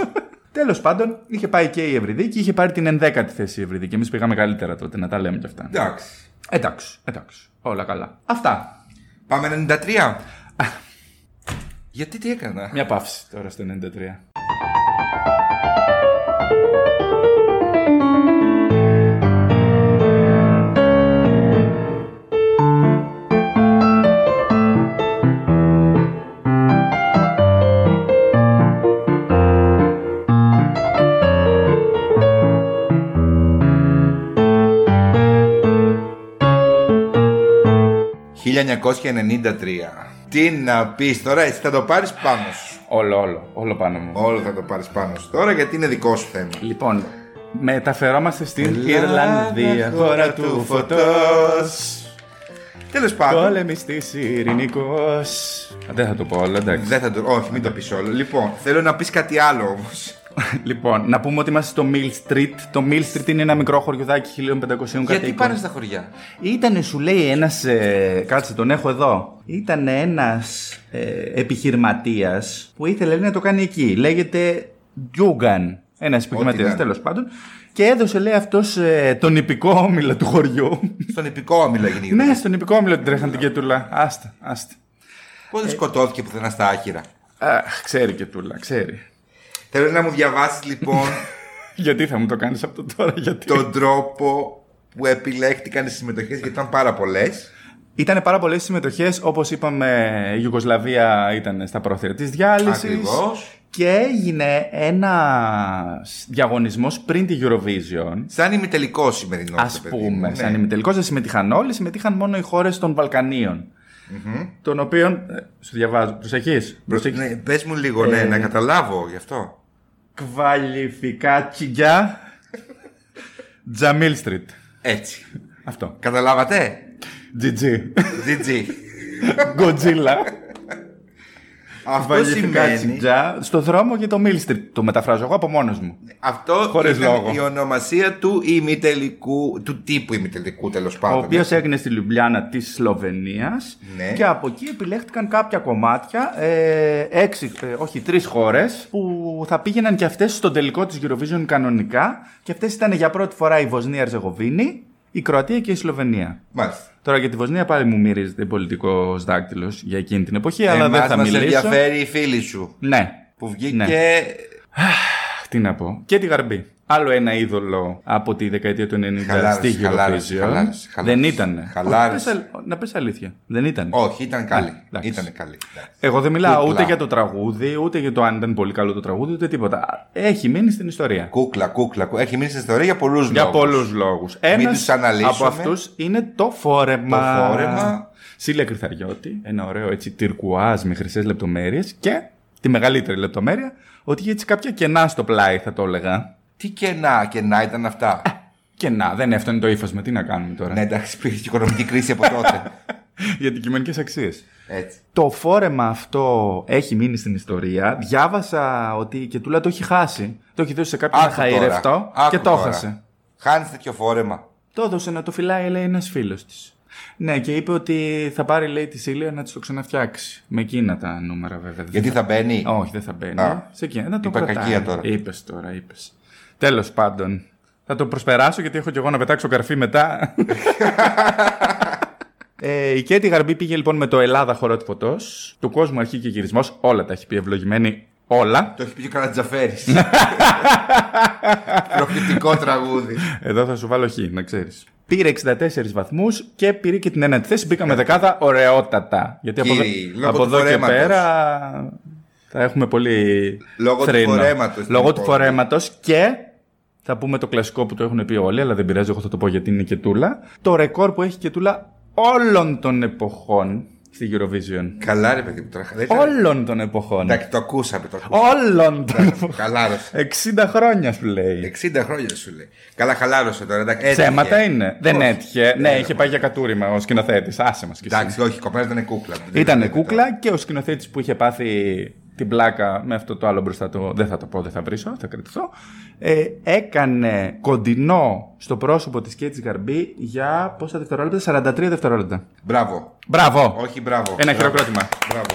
Τέλος πάντων, είχε πάει και η Ευρυδίκη, είχε πάρει την 11η θέση η Ευρυδίκη. Εμείς πήγαμε καλύτερα τότε, να τα λέμε κι Ναι. αυτά. Εντάξει. Εντάξει, εντάξει. Όλα καλά. Αυτά. Πάμε 93. Γιατί τι έκανα. Μια παύση τώρα στο 93. «1993». Τι να πεις τώρα, εσύ θα το πάρεις πάνω σου. Όλο, όλο, όλο πάνω μου. Όλο θα το πάρεις πάνω σου τώρα γιατί είναι δικό σου θέμα. Λοιπόν, μεταφερόμαστε στην Ελλάδα, Ιρλανδία, χώρα του φωτός. Τέλος πάντων. Πολεμιστή ειρηνικός. Δεν θα το πω όλο, εντάξει. Δεν θα το. Όχι, μην το πεις όλο. Λοιπόν, θέλω να πεις κάτι άλλο όμως. Λοιπόν, να πούμε ότι είμαστε στο Mill Street. Το Mill Street είναι ένα μικρό χωριουδάκι 1500 κατοίκων. Γιατί πάνε στα χωριά. Ήτανε, σου λέει, ένας. Ε, κάτσε, τον έχω εδώ. Ήτανε ένας ε, επιχειρηματίας που ήθελε λέει, να το κάνει εκεί. Λέγεται Τζούγκαν. Ένα επιχειρηματίας, ήταν. τέλος πάντων. Και έδωσε, λέει, αυτός ε, τον υπηκό όμιλο του χωριού. Στον υπηκό όμιλο έγινε. η ναι, γιορτή. στον υπηκό όμιλο την τρέχαν την κετούλα. Άστα, άστα. Ε. Πότε σκοτώθηκε πουθενά στα άχυρα. Αχ, ξέρει κετούλα, ξέρει. Θέλω να μου διαβάσεις λοιπόν Γιατί θα μου το κάνεις αυτό τώρα, γιατί. τον τρόπο που επιλέχτηκαν οι συμμετοχές γιατί ήταν πάρα πολλές. Ήταν πάρα πολλές συμμετοχές. Όπως είπαμε, η Ιουγκοσλαβία ήταν στα πρόθυρα της διάλυσης. Ακριβώς. Και έγινε ένα διαγωνισμός πριν τη Eurovision. Σαν ημιτελικό σημερινό. Ας το παιδί μου, πούμε, ναι. σαν ημιτελικό, δεν συμμετείχαν όλοι, συμμετείχαν μόνο οι χώρες των βαλκανιων Των οποίων. ε, Σου διαβάζω, προσεχείς. Προσεχείς. Ναι, πες μου λίγο, Ε. ναι, να καταλάβω γι' αυτό. Κβαλιφικά τσιγκιά. Τζαμίλ Street. Έτσι. Αυτό. Καταλάβατε. GG. GG. Godzilla. αυτό Βαγγελικά σημαίνει. τσιτζά στο δρόμο για το Mill Street. Το μεταφράζω εγώ από μόνος μου. Αυτό Χωρίς ήταν λόγο. η ονομασία του ημιτελικού, του τύπου ημιτελικού τέλος Ο πάντων. οποίος έγινε στη Λιουμπλιάνα της Σλοβενίας. Ναι. Και από εκεί επιλέχτηκαν κάποια κομμάτια, ε, έξι, ε, όχι τρεις χώρες, που θα πήγαιναν και αυτές στον τελικό της Eurovision κανονικά. Και αυτές ήταν για πρώτη φορά η Βοσνία Ερζεγοβίνη, η Κροατία και η Σλοβενία. Μάλιστα. Τώρα για τη Βοσνία πάλι μου μυρίζεται πολιτικός δάκτυλος για εκείνη την εποχή, Ε, αλλά δεν Εμάς θα μας μιλήσω. ενδιαφέρει η φίλη σου Ναι, που βγήκε. Ναι. Τι να πω. Και τη γαρμπή. Άλλο ένα είδωλο από τη δεκαετία του 90 Χαλάρωσες, στη χαλάρωσες, χαλάρωσες, Eurovision. χαλάρωσε. Δεν ήταν. Χαλάρωσε. Να πες αλήθεια. Δεν ήταν. Όχι, ήταν καλή. Ναι, εντάξει. Ήταν καλή. εντάξει. Εγώ δεν μιλάω Κούκλα. ούτε για το τραγούδι, ούτε για το αν ήταν πολύ καλό το τραγούδι, ούτε τίποτα. Έχει μείνει στην ιστορία. Κούκλα, κούκλα. κού- Έχει μείνει στην ιστορία για πολλούς λόγου. Για πολλούς λόγους. Ένας τους αναλύσουμε. από αυτούς είναι το φόρεμα. Το φόρεμα. Σίλια Κρυθαριώτη, ένα ωραίο έτσι τυρκουάζ με χρυσές λεπτομέρειες και τη μεγαλύτερη λεπτομέρεια ότι είχε έτσι κάποια κενά στο πλάι, θα το έλεγα. Τι κενά, κενά ήταν αυτά. Ε, Κενά, δεν έφτανε το ύφος με. Τι να κάνουμε τώρα. ναι, εντάξει, υπήρχε και οικονομική κρίση από τότε. για αντικειμενικές αξίες. Έτσι. Το φόρεμα αυτό έχει μείνει στην ιστορία. Διάβασα ότι η Κετούλα το έχει χάσει. Το έχει δώσει σε κάποιον Άκου τώρα, χαϊρευτό άκου και το τώρα. έχασε. Χάνεις τέτοιο φόρεμα. Το έδωσε να το φυλάει, λέει, ένας φίλος της. Ναι, και είπε ότι θα πάρει, λέει, τη Σίλια να της το ξαναφτιάξει. Με εκείνα τα νούμερα, βέβαια. Γιατί θα μπαίνει. Όχι, δεν θα μπαίνει. Α. σε εκείνα. Να το Είπα κρατάει. κακία τώρα. Είπες τώρα, είπες. Τέλος πάντων. Θα το προσπεράσω γιατί έχω κι εγώ να πετάξω καρφί μετά. Ε, η Κέτι Γαρμπή πήγε λοιπόν με το Ελλάδα χορό του φωτός. Του κόσμου αρχή και γυρισμός. Όλα τα έχει πει ευλογημένη. Όλα. Το έχει πει και ο Καρατζαφέρης. Προκλητικό τραγούδι. Εδώ θα σου βάλω χ, να ξέρεις. Πήρε 64 βαθμούς και πήρε και την ένατη θέση. Μπήκαμε δεκάδα ωραιότατα. Γιατί από, Κύριοι, εδώ- λόγω από του εδώ και φορέματος. πέρα θα έχουμε πολύ. Λόγω του θρήνο. φορέματος, Λόγω λοιπόν. του φορέματος και θα πούμε το κλασικό που το έχουν πει όλοι, αλλά δεν πειράζει, εγώ θα το πω γιατί είναι και τούλα. Το ρεκόρ που έχει και τούλα όλων των εποχών στη Eurovision. Καλά, ρε παιδί μου τώρα. δεν ήταν- Όλων των εποχών. Εντάξει, το ακούσαμε το. ακούσαμε. Όλων των εποχών. Καλά, ρε. 60 χρόνια σου λέει. 60 χρόνια σου λέει. Καλά, χαλάρωσε τώρα. εντάξει, έτυχε. Ψέματα είναι. Ε, Δεν Όχι. έτυχε. Ναι, Έλα, είχε πάει για κατούριμα ο σκηνοθέτης. Άσε μας κι εσύ. Εντάξει, όχι, η κοπέλα ήταν κούκλα. Δεν Ήταν δεν- κούκλα και ο σκηνοθέτης που είχε πάθει την πλάκα με αυτό το άλλο μπροστά του. Δεν θα το πω, δεν θα βρίσω, θα κρατηθώ. Ε, έκανε κοντινό στο πρόσωπο της Κέτσι Γαρμπή για πόσα δευτερόλεπτα, 43 δευτερόλεπτα. Μπράβο. Μπράβο! Όχι, μπράβο. Ένα Μπράβο. χειροκρότημα. Μπράβο.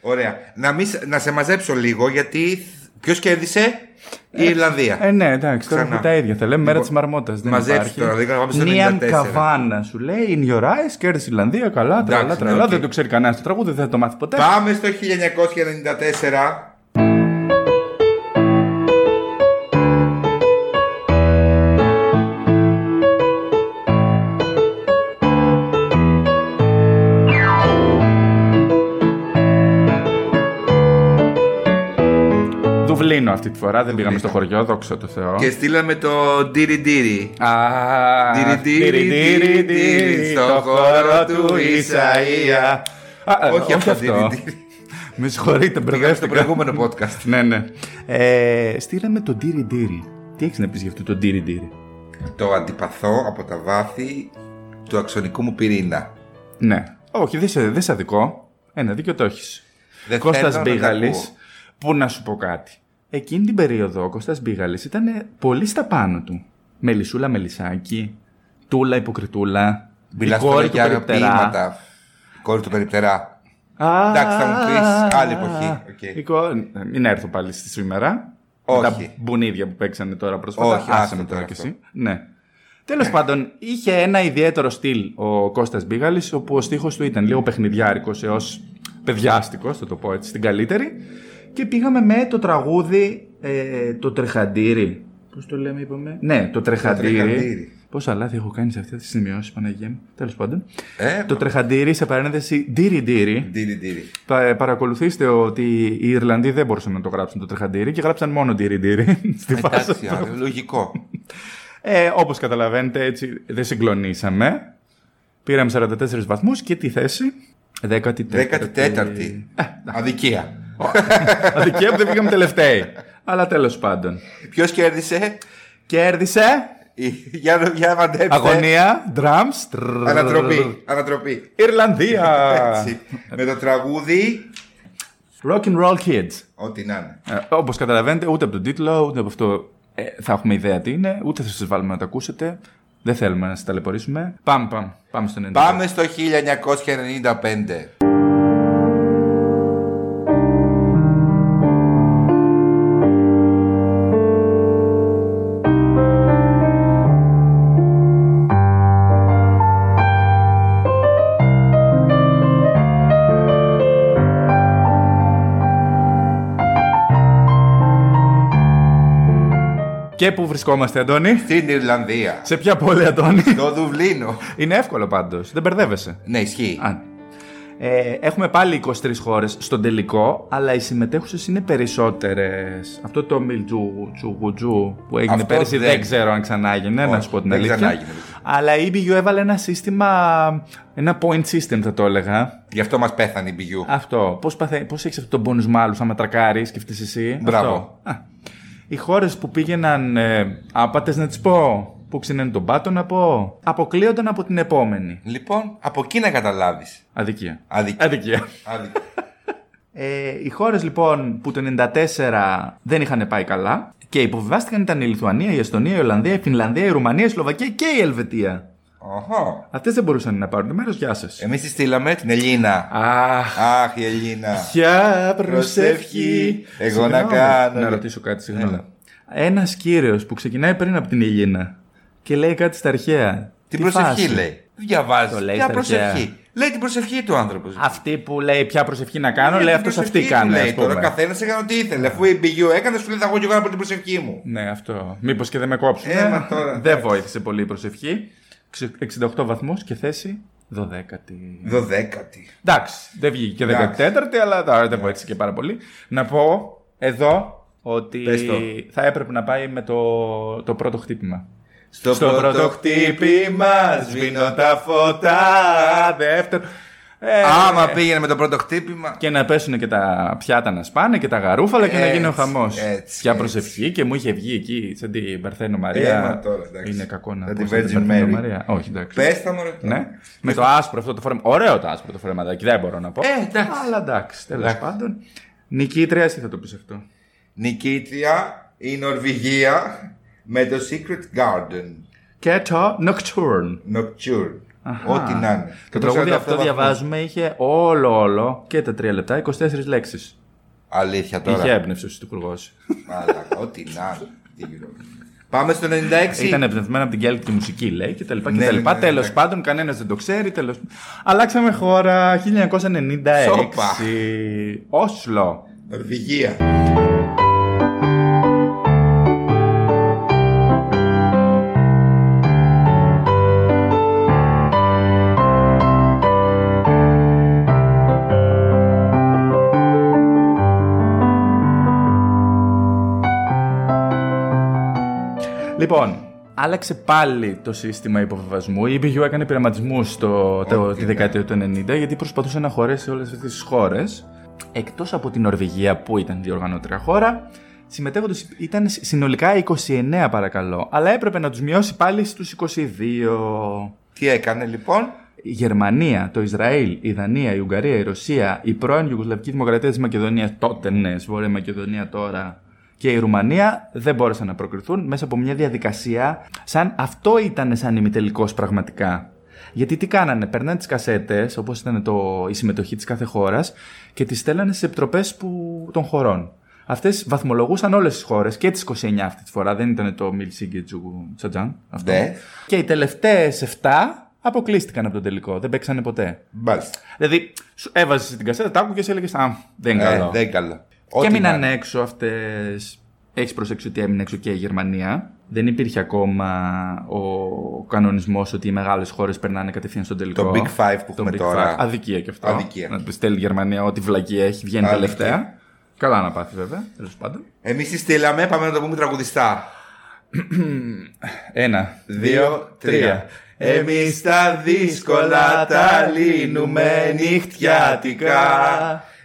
Ωραία. Να, μη σ- να σε μαζέψω λίγο γιατί. Ποιος κέρδισε, η Ιρλανδία. Ε, ναι, εντάξει, τώρα Ξανά. έχουμε τα ίδια. Θα λέμε μέρα της μαρμότας. μαζέψου τώρα, δεν κάνω, πάμε στο 94. Καβάνα σου λέει In your eyes, κέρδισε η Ιρλανδία. Καλά, τρελά, ναι, τρελά. οκ. Δεν το ξέρει κανένας το τραγούδι, δεν θα το μάθει ποτέ. Πάμε στο 1994. Δουβλίνο αυτή τη φορά, δεν πήγαμε στο χωριό, δόξα τω Θεώ. Και στείλαμε το Ντύρι Ντύρι. Α, Τυρι-τυρι, τυρι-τυρι, στο χώρο του Ισαΐα. Α, ε, Όχι Όχι αυτό, αυτό. τυρι-τυρι. Με συγχωρείτε, Πήγαμε στο μπερδεύτηκα. προηγούμενο podcast. Ναι, ναι. Ε, Στείλαμε τον τύρι τύρι. Τι έχεις να πεις για αυτό το τύρι τύρι. Το αντιπαθώ από τα βάθη του αξονικού μου πυρήνα. Ναι. Όχι, δεν σε, δεν σε αδικό. Ένα δίκιο το έχεις. Δεν θέλω Κώστας να Μπίγαλη, τα ακούω. που να σου πω κάτι. Εκείνη την περίοδο ο Κώστας Μπίγαλης ήταν πολύ στα πάνω του. Μελισούλα, μελισάκι, τούλα, υποκριτούλα. Μιλάς η κόρη τώρα του για άλλα Περιπτερά. ποίηματα. Κόρη του περιπτερά. Α, Εντάξει, θα μου πεις, άλλη εποχή, οκ. η κόρη- ε, Μην έρθω πάλι στη σήμερα. Όχι. Με τα μπουνίδια που παίξανε τώρα πρόσφατα. Όχι, άσε άστο με τώρα τώρα κι αυτό. εσύ. Ναι. Τέλος πάντων, είχε ένα ιδιαίτερο στυλ ο Κώστας Μπίγαλης, όπου ο στίχος του ήταν λίγο παιχνιδιάρικος έως παιδιάστικος, θα το πω έτσι, στην καλύτερη. Και πήγαμε με το τραγούδι ε, Το Τρεχαντήρι. Πώς το λέμε, είπαμε. Ναι, Το Τρεχαντήρι. Τρεχαντήρι. Πόσα λάθη έχω κάνει σε αυτές τις σημειώσεις, Παναγία μου. Τέλος πάντων. Ε, Το Τρεχαντήρι, σε παρένθεση, ντύρι ντύρι. ντύρι, ντύρι. Πα- Παρακολουθήστε ότι οι Ιρλανδοί δεν μπορούσαν να το γράψουν το τρεχαντήρι και γράψαν μόνο τυρι-τυρι στη φάση. Εντάξει, άρα, λογικό. Ε, Όπως καταλαβαίνετε, έτσι δεν συγκλονίσαμε. Πήραμε 44 βαθμούς και τη θέση 14η. 14η. Αδικία. Αδικία που δεν πήγαμε τελευταίοι. Αλλά τέλος πάντων. Ποιος κέρδισε. Κέρδισε. Η- Για να για να μαντέψετε. Αγωνία. Drums. τρρρρ. Ανατροπή. Ανατροπή. Ιρλανδία. Έτσι. Με το τραγούδι. Rock and roll kids. Ό,τι να είναι. Ε, Όπως καταλαβαίνετε, ούτε από τον τίτλο, ούτε από αυτό ε, θα έχουμε ιδέα τι είναι, ούτε θα σας βάλουμε να τα ακούσετε. Δεν θέλουμε να σας ταλαιπωρήσουμε. Πάμε, πάμε. Πάμε στον Ενδικό. Πάμε στο 1995. Και πού βρισκόμαστε, Αντώνη. Στην Ιρλανδία. Σε ποια πόλη, Αντώνη. Το Δουβλίνο. είναι εύκολο πάντως. Δεν μπερδεύεσαι. Ναι, ισχύει. Α. Ε, έχουμε πάλι 23 χώρε στον τελικό, αλλά οι συμμετέχουσες είναι περισσότερες. Αυτό το μιλτζού τσουγουτζού που έγινε Αυτό πέρυσι δεν... δεν- ξέρω αν ξανά έγινε, να Όχι, σου πω την δεν αλήθεια. ξανάγινε, δεν Αλλά η EBU έβαλε ένα σύστημα, ένα point system θα το έλεγα, Γι' αυτό μας πέθανε η Μπιγιού. Αυτό. Πώς πώς έχεις αυτό το bonus μάλλον, άμα τρακάρεις, σκέφτεσαι εσύ. Μπράβο. Αυτό. Α. Οι χώρες που πήγαιναν ε, άπατες, να τις πω. Που ξύνανε τον πάτο να πω. Αποκλείονταν από την επόμενη. Λοιπόν, από εκεί να καταλάβεις. Αδικία. Αδικία. Αδικία. Αδικία. Ε, οι χώρες λοιπόν που το 94 δεν είχαν πάει καλά και υποβιβάστηκαν ήταν η Λιθουανία, η Εστονία, η Ολλανδία, η Φινλανδία, η Ρουμανία, η Σλοβακία και η Ελβετία. Οχο. Αυτές δεν μπορούσαν να πάρουν μέρο. Γεια σας. Εμείς τη στείλαμε την Ελίνα. Ε, Αχ. Αχ, η Ελίνα. Ποια προσευχή εγώ Συγγνώμη, να κάνω. Να ρωτήσω κάτι, συγγνώμη. Έλα. Ένας κύριος που ξεκινάει πριν από την Ελίνα και λέει κάτι στα αρχαία. Την Τι προσευχή φάση? λέει. Διαβάζει. Το λέει Ποια στα αρχαία. προσευχή. Λέει την προσευχή του άνθρωπος. Αυτή που λέει ποια προσευχή να κάνω, Ε, λέει αυτό αυτή κάνει. Λέει Ας πούμε. τώρα, καθένας έκανε ό,τι ήθελε. Αφού η Μπιγιού έκανε, σου λέει θα εγώ και εγώ από την προσευχή μου. Ναι, αυτό. Μήπως και δεν με κόψουν. Ε, μα τώρα. Δεν βοήθησε πολύ η προσευχή. Ξε- 68 βαθμούς και θέση 12η. Δωδέκατη. Εντάξει, δεν βγήκε και Εντάξει. 14η, αλλά τώρα δεν βοήθησε και πάρα πολύ. Να πω εδώ ότι Πες το. θα έπρεπε να πάει με το, το πρώτο χτύπημα. Στο, τα φώτα. Δεύτερο. Ε, Άμα πήγαινε με το πρώτο χτύπημα. Και να πέσουν και τα πιάτα να σπάνε και τα γαρούφαλα και να γίνει ο Έτσι, χαμός. έτσι, Πια έτσι. προσευχή και μου είχε βγει εκεί σαν την Παρθένο Ε, μα Μαρία. τώρα, εντάξει. Είναι κακό να Σαν πω. την σαν Virgin Παρθένο Mary. Μαρία. Όχι, εντάξει. Πες τα μωρέ. τώρα. Ναι. Με το άσπρο αυτό το φόρεμα. Ωραίο το άσπρο το φορεματάκι, δεν μπορώ να πω. Ε, εντάξει. Αλλά εντάξει, τέλος Εντάξει. πάντων. Νικήτρια, εσύ θα το πεις αυτό. Νικήτρια η Νορβηγία με το Secret Garden. Και το Nocturne. Nocturne. Αχα. Ό,τι να είναι. Το τραγούδι 148 αυτό βαθμούς. διαβάζουμε είχε όλο όλο και τα τρία λεπτά, 24 λέξεις. Αλήθεια τώρα. Είχε έμπνευση ο Υπουργό. Μαλάκα, ό,τι να είναι. Τι γινόταν. Πάμε στο 96. Ήταν εμπνευσμένο από την κέλτικη μουσική, λέει, κτλ. Ναι, Ναι, ναι, ναι, ναι. Τέλος πάντων, κανένας δεν το ξέρει. Τέλος... Αλλάξαμε χώρα 1996. Σόπα. Όσλο. Νορβηγία. Λοιπόν, άλλαξε πάλι το σύστημα υποβιβασμού. Η EBU έκανε πειραματισμούς στο, το, τη δεκαετία του 90 γιατί προσπαθούσε να χωρέσει όλες αυτές τις χώρες. Εκτός από την Νορβηγία που ήταν διοργανώτρια χώρα, συμμετέχοντες ήταν συνολικά 29 παρακαλώ. Αλλά έπρεπε να τους μειώσει πάλι στους 22. Τι έκανε λοιπόν. Η Γερμανία, το Ισραήλ, η Δανία, η Ουγγαρία, η Ρωσία, η πρώην Ιουγκοσλαβική Δημοκρατία της Μακεδονίας, τότε ναι, Βόρεια Μακεδονία τώρα και η Ρουμανία δεν μπόρεσαν να προκριθούν μέσα από μια διαδικασία σαν αυτό ήταν σαν ημιτελικός πραγματικά. Γιατί τι κάνανε, παίρνανε τις κασέτες, όπως ήταν το, η συμμετοχή της κάθε χώρας, και τις στέλνανε στι επιτροπέ των χωρών. Αυτές βαθμολογούσαν όλες τις χώρες και τις 29 αυτή τη φορά, δεν ήταν το Μιλσί και Τζου Τσατζάν. Αυτό. Ναι. Και οι τελευταίες 7 αποκλείστηκαν από τον τελικό, δεν παίξανε ποτέ. Μάλιστα. Δηλαδή, σου έβαζες την κασέτα, τα άκουγες και έλεγες Α, δεν είναι Ε, καλό. δεν καλό. Και Ό,τι να έμειναν είναι. έξω αυτές. Έχεις προσέξει ότι έμεινε έξω και η Γερμανία. Δεν υπήρχε ακόμα ο κανονισμός ότι οι μεγάλες χώρες περνάνε κατευθείαν στον τελικό. Το Big Five που Το έχουμε Big τώρα. Five. Αδικία και αυτό. Αδικία. Να του στέλνει η Γερμανία ό,τι βλακή έχει, βγαίνει Αδικία. τελευταία. Καλά να πάθει βέβαια, τέλος πάντων. Εμείς τη στείλαμε, πάμε να το πούμε τραγουδιστά. Ένα, δύο, τρία. Εμείς τα δύσκολα τα λύνουμε νυχτιάτικα.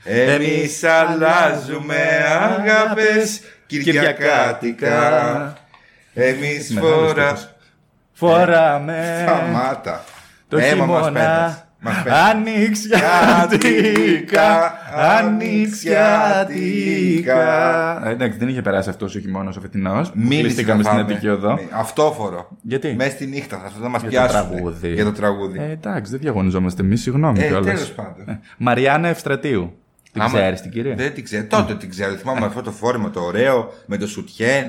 Εμείς αλλάζουμε αγάπες κυριακάτικα. Εμείς Μεγάλος φορά... στόχος. Φοράμε Σταμάτα. το Έμα Ε, μας πέταξε. χειμώνα. Μας πέταξε. Ανοιξιάτικα, ανοιξιάτικα. ανοιξιάτικα. Ε, Εντάξει, δεν είχε περάσει αυτός ο χειμώνας ο φετινός. Μιλήσαμε στην Αττική οδό. Ναι, Αυτόφορο. Γιατί? Μέσα στη νύχτα θα αυτό να μας Ναι. Για το πιάσουν. τραγούδι. Για το τραγούδι. Ε, εντάξει, δεν διαγωνιζόμαστε εμείς, συγγνώμη Ε, κιόλας. τέλος πάντων. Μαριάννα Ευστρατείου. Την Άμα- Ναι. ξέρεις την κυρία. Ε. Δεν την ξέρω. Τότε την ξέρω. Θυμάμαι αυτό το φόρμα το ωραίο με το σουτιέν.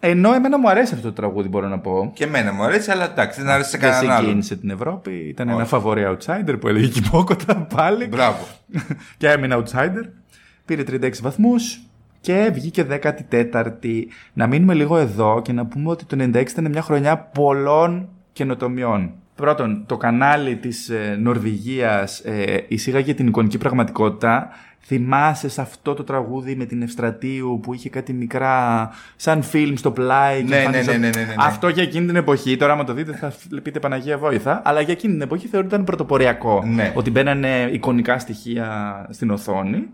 Ενώ εμένα μου αρέσει αυτό το τραγούδι, μπορώ να πω. Και εμένα μου αρέσει, αλλά εντάξει, δεν αρέσει σε Δεν κανέναν άλλον. συγκίνησε την Ευρώπη. Ήταν ένα φαβορή outsider που έλεγε κυμπόκοτα πάλι. Μπράβο. και έμεινε outsider. Πήρε 36 βαθμούς και βγήκε 14η. Να μείνουμε λίγο εδώ και να πούμε ότι το 96 ήταν μια χρονιά πολλών καινοτομιών. Πρώτον, το κανάλι της ε, Νορβηγίας ε, εισήγαγε την εικονική πραγματικότητα. Θυμάσαι σε αυτό το τραγούδι με την Ευστρατείου που είχε κάτι μικρά σαν φιλμ στο πλάι. και Ναι, ναι, εμφανιζόταν- ναι, ναι, ναι, ναι, ναι. Αυτό για εκείνη την εποχή, τώρα άμα το δείτε θα πείτε Παναγία Βόηθα, αλλά για εκείνη την εποχή θεωρούνταν πρωτοποριακό. Ναι. Ότι μπαίνανε εικονικά στοιχεία στην οθόνη.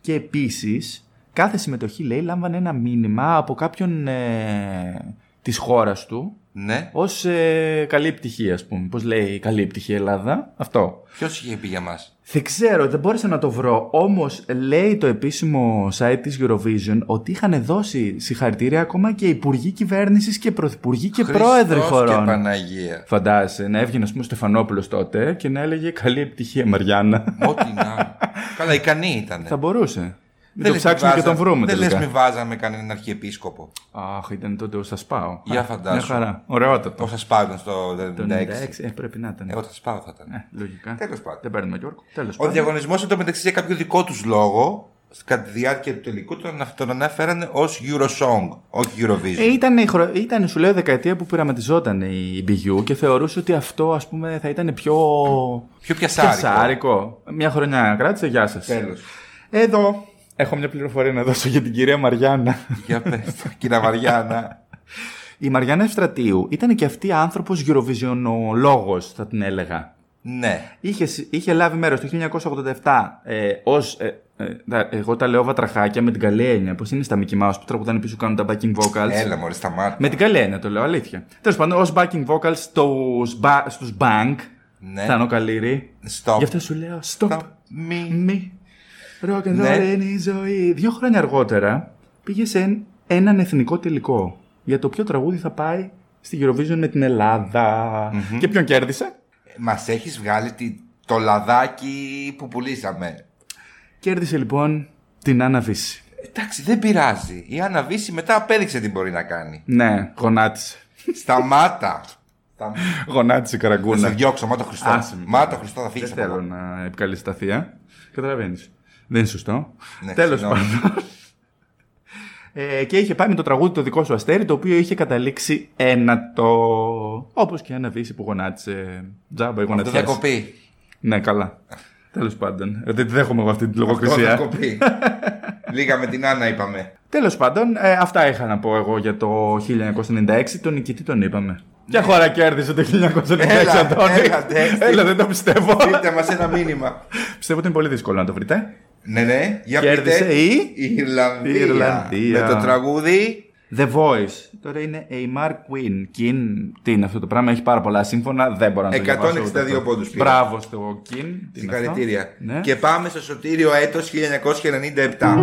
Και επίσης κάθε συμμετοχή, λέει, λάμβανε ένα μήνυμα από κάποιον ε, της χώρας του Ναι. ως ε, καλή επιτυχία, ας πούμε. Πώς λέει καλή επιτυχία Ελλάδα. Αυτό. Ποιος είχε πει για μας. Δεν ξέρω, δεν μπόρεσα να το βρω. Όμως λέει το επίσημο site της Eurovision ότι είχαν δώσει συγχαρητήρια ακόμα και υπουργοί κυβέρνησης και πρωθυπουργοί και πρόεδροι Και χωρών. Παναγία. Φαντάζεσαι να έβγαινε, ας πούμε, ο Στεφανόπουλος τότε και να έλεγε Καλή επιτυχία, Μαριάννα. Ό,τι να. Καλά, ικανή ήταν. Θα μπορούσε. Μην λες το μη ψάξουμε και βάζα- τον βρούμε Δεν λε, τελικά. μη βάζαμε κανέναν αρχιεπίσκοπο. Αχ, ήταν τότε ο Σας πάω. Για Α, φαντάσου. Μια χαρά. Ωραιότατο. Όσα σπάγουν στο Ναι, Το 96. 96. Ε, πρέπει να ήταν. Εγώ θα σπάω θα ήταν. Ε, λογικά. Τέλος πάντων. Δεν παίρνουμε Γιώργο. Τέλος Ο πάντων. διαγωνισμός εντωμεταξύ για κάποιο δικό τους λόγο, κατά τη διάρκεια του τελικού, τον, ανα- τον ανέφεραν ως Eurosong, όχι Eurovision. Ε, ήταν, η χρο... ήταν, σου λέω, δεκαετία που πειραματιζόταν η BU και θεωρούσε ότι αυτό, ας πούμε, θα ήταν πιο... Πιο πιασάρικο. πιασάρικο. Μια χρονιά κράτησε, γεια σας. Τέλος. Εδώ έχω μια πληροφορία να δώσω για την κυρία Μαριάννα. Για πες, το, κυρία Βαριάννα. Η Μαριάννα Ευστρατείου ήταν και αυτή άνθρωπος γυροβιζιονολόγος, θα την έλεγα. ναι. Είχε, είχε λάβει μέρος το 1987 ε, ως, ε, ε, τα- εγώ τα λέω βατραχάκια με την καλή έννοια, πως είναι στα Mickey Mouse που τραγουδάνε πίσω κάνουν τα backing vocals. Έλα, μωρέ, σταμάτα. Με την καλή έννοια το λέω, αλήθεια. Τέλος πάντων, ως backing vocals στους, ba- στους Bank. Ναι. Θάνο Καλύρη. Stop. Γι' αυτό σου λέω, stop. Stop me. Μη. Rock and Ναι. roll είναι η ζωή. Δύο χρόνια αργότερα πήγε σε εν- έναν εθνικό τελικό. Για το ποιο τραγούδι θα πάει στη Eurovision με την ελλαδα Και ποιον κέρδισε. Μας έχεις βγάλει τη- το λαδάκι που πουλήσαμε. Κέρδισε λοιπόν την Άννα Βύση. Εντάξει, δεν πειράζει. Η Άννα Βύση μετά απέδειξε τι μπορεί να κάνει. Ναι, γονάτισε. Σταμάτα. Στα- γονάτισε η Θα σε καραγκούνα. διώξω, Μάτα Χριστό. Ναι. Άσε με. Μάτα Χριστό θα Δεν φύγει. θέλω να επικαλεστεί τα θεία. Καταλαβαίνει. Δεν είναι σωστό. Ναι, Τέλος συγγνώμη. πάντων. Ε, και είχε πάει με το τραγούδι το δικό σου αστέρι, το οποίο είχε καταλήξει ένατο. Όπως και ένα βύση που γονάτισε. Τζάμπα, Το θα η γονατιά. κοπεί. Ναι, καλά. Τέλος πάντων. Ε, Δεν τη δέχομαι εγώ αυτή τη Το θα λογοκρισία. κοπεί. Λίγα με την Άννα είπαμε. Τέλος πάντων, ε, αυτά είχα να πω εγώ για το 1996. Τον νικητή τον είπαμε. Ποια χώρα κέρδισε το 1996, Ναι. Έλα, Αντώνη. έλα, ναι. Έλα, δεν το πιστεύω. Πείτε μας ένα μήνυμα. πιστεύω ότι είναι πολύ δύσκολο να το βρείτε. Ναι, ναι. Για Κέρδισε πείτε. η- Ιρλανδία. η Ιρλανδία. Με το τραγούδι. The Voice. Τώρα είναι Aymar Queen. Kin. Τι είναι αυτό το πράγμα, έχει πάρα πολλά σύμφωνα. Δεν μπορώ να το 162 διαβάσω ούτε αυτό. πόντους πήρε. Μπράβο στο Kin. Τι είναι αυτό. Συγχαρητήρια. Ναι. Και πάμε στο σωτήριο έτος 1997.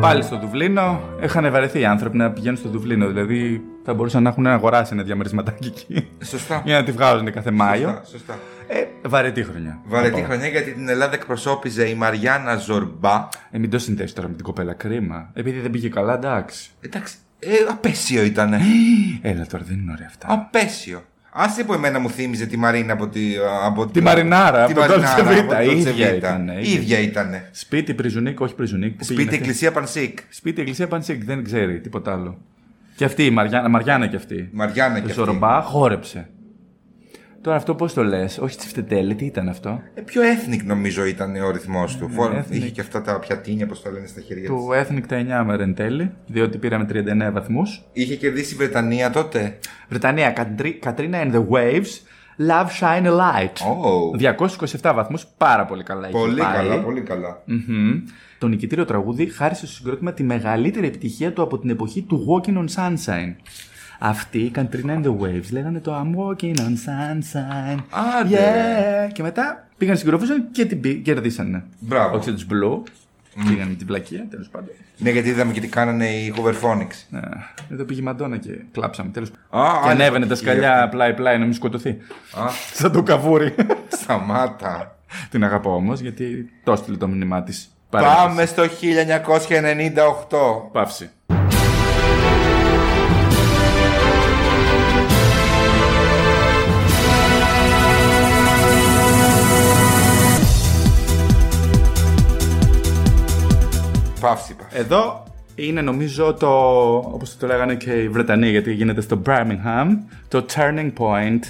Πάλι στο Δουβλίνο. Έχαν βαρεθεί οι άνθρωποι να πηγαίνουν στο Δουβλίνο. Δηλαδή θα μπορούσαν να έχουν αγοράσει ένα διαμερισματάκι εκεί. Σωστά. Για να τη βγάζουν κάθε Μάιο. Σωστά, Σωστά. Ε, βαρετή χρονιά. Βαρετή Λοιπόν. χρονιά γιατί την Ελλάδα εκπροσώπιζε η Μαριάννα Ζορμπά. Ε, μην το συνδέσεις τώρα με την κοπέλα. Κρίμα. Επειδή δεν πήγε καλά, εντάξει. Εντάξει, ε, απέσιο ήταν. Ε. Έλα τώρα, δεν είναι ωραία αυτά. Απέσιο. Αν σε πω εμένα μου θύμιζε τη Μαρίνα από τη. ε, Από Τη Μαρινάρα, από τον Μαρινάρα, Dolce Vita. από τον Η Dolce ίδια Vita. ήταν, ε, Η ίδια ήταν. Σπίτι, πριζουνίκ, όχι πριζουνίκ. Σπίτι, εκκλησία, πανσίκ. Σπίτι, εκκλησία, πανσίκ. Δεν ξέρει τίποτα άλλο. Και αυτή η Μαριάννα, Μαριάννα και αυτή. Μαριάννα Το και αυτή. Σορομπά χόρεψε. Τώρα αυτό πώς το λες, όχι τσιφτετέλη, τι ήταν αυτό. Ε, πιο ethnic νομίζω ήταν ο ρυθμός του. Φόρ- ethnic. Είχε και αυτά τα πιατίνια, όπω τα λένε στα χέρια Ε, Του του. Ethnic τα 9 με Ρεντέλη, διότι πήραμε 39 βαθμούς. Είχε κερδίσει η Βρετανία τότε. Βρετανία, Κατρί- Κατρίνα and the Waves, Love Shine a Light. Oh. 227 βαθμούς, πάρα πολύ καλά. έχει Πολύ πάει. καλά, πολύ καλά. Μμμ. Το νικητήριο τραγούδι χάρισε στο συγκρότημα τη μεγαλύτερη επιτυχία του από την εποχή του Walking on Sunshine. Αυτοί, οι Katrina and the Waves, λέγανε το I'm walking on sunshine. Άντε. Yeah. Και μετά πήγαν στην Eurovision και την πή- κερδίσανε. Μπράβο. Όχι τους Blue. Πήγαν με την πλακία, τέλος πάντων. Ναι, γιατί είδαμε και τι κάνανε οι Hooverphonics. Ε, Εδώ πήγε η Μαντόνα και κλάψαμε. Τέλος. Α, και άλλη ανέβαινε τα επιτυχία σκαλιά πλάι-πλάι να μην σκοτωθεί. Α. Σαν το καβούρι. Σταμάτα. την αγαπώ όμως γιατί το έστειλε το μήνυμά της. Πάμε στο 1998. Παύση. Παύση, παύση. Εδώ είναι νομίζω το, όπως το λέγανε και οι Βρετανοί γιατί γίνεται στο Birmingham, το turning point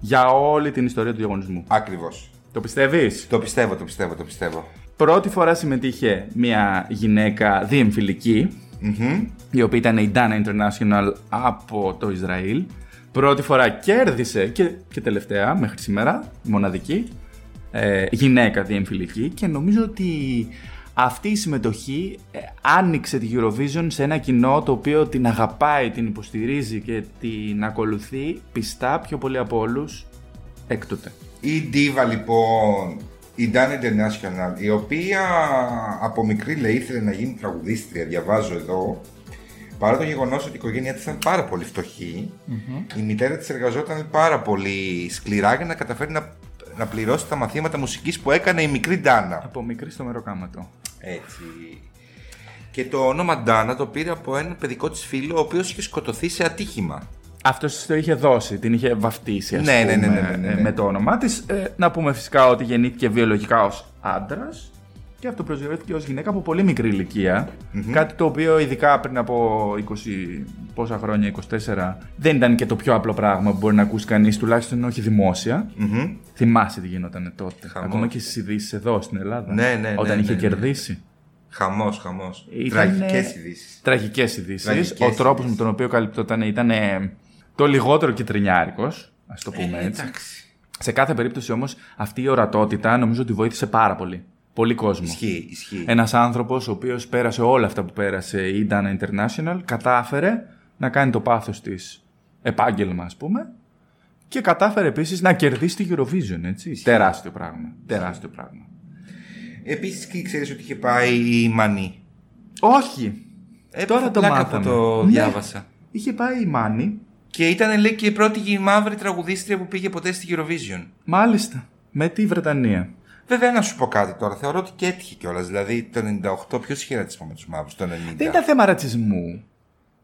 για όλη την ιστορία του διαγωνισμού. Ακριβώς. Το πιστεύεις? Το πιστεύω, το πιστεύω, το πιστεύω. Πρώτη φορά συμμετείχε μια γυναίκα διεμφυλική, η οποία ήταν η Dana International από το Ισραήλ. Πρώτη φορά κέρδισε και, και τελευταία μέχρι σήμερα, μοναδική, ε, γυναίκα διεμφυλική και νομίζω ότι αυτή η συμμετοχή ε, άνοιξε τη Eurovision σε ένα κοινό το οποίο την αγαπάει, την υποστηρίζει και την ακολουθεί πιστά πιο πολύ από όλους έκτοτε. Η Diva λοιπόν, η Dan International, η οποία από μικρή λέει ήθελε να γίνει τραγουδίστρια, διαβάζω εδώ. Παρά το γεγονός ότι η οικογένειά της ήταν πάρα πολύ φτωχή, η μητέρα της εργαζόταν πάρα πολύ σκληρά για να καταφέρει να, να πληρώσει τα μαθήματα μουσικής που έκανε η μικρή Ντάνα. Από μικρή στο μεροκάματο. Έτσι. Και το όνομα Ντάνα το πήρε από έναν παιδικό της φίλο, ο οποίος είχε σκοτωθεί σε ατύχημα. Αυτός το είχε δώσει, την είχε βαφτίσει, ας Ναι, ναι, ναι, πούμε, ναι, ναι, ναι, ναι. με το όνομά της. να πούμε φυσικά ότι γεννήθηκε βιολογικά ως άντρας και αυτό προσδιορίστηκε ως γυναίκα από πολύ μικρή ηλικία. Κάτι το οποίο ειδικά πριν από 20 πόσα χρόνια, 24, δεν ήταν και το πιο απλό πράγμα που μπορεί να ακούσει κανείς, τουλάχιστον όχι δημόσια. Μμμ. Θυμάσαι τι γινόταν τότε. Χαμός. Ακόμα και στις ειδήσεις εδώ στην Ελλάδα. Ναι, ναι, ναι, όταν ναι, είχε ναι. κερδίσει. Χαμός, χαμός. Ήτανε- Τραγικές ειδήσεις. Τραγικές ειδήσεις. Τραγικές Ο τρόπος ειδήσεις. με τον οποίο καλυπτόταν ήταν το λιγότερο κυτρινιάρικος, ας το πούμε έτσι. Ε, Εντάξει. Σε κάθε περίπτωση όμως αυτή η ορατότητα νομίζω ότι βοήθησε πάρα πολύ. Πολύ κόσμο. Ισχύει, ισχύει. Ένας άνθρωπος ο οποίος πέρασε όλα αυτά που πέρασε η Dana International, κατάφερε να κάνει το πάθος της επάγγελμα, ας πούμε. Και κατάφερε επίσης να κερδίσει τη Eurovision, έτσι. Τεράστιο πράγμα. Τεράστιο πράγμα. Επίσης και ξέρεις ότι είχε πάει η Μανή. Όχι! Ε, Τώρα το πλάκα μάθαμε. που το Ναι. διάβασα. Είχε πάει η Μάνη, Και ήταν λέει και η πρώτη γη- μαύρη τραγουδίστρια που πήγε ποτέ στη Eurovision. μάλιστα, με τη Βρετανία. Βέβαια, να σου πω κάτι τώρα. Θεωρώ ότι και έτυχε κιόλας. Δηλαδή το 98 ποιος είχε ρατσισμό με τους μαύρους, το 90. Δεν ήταν θέμα ρατσισμού.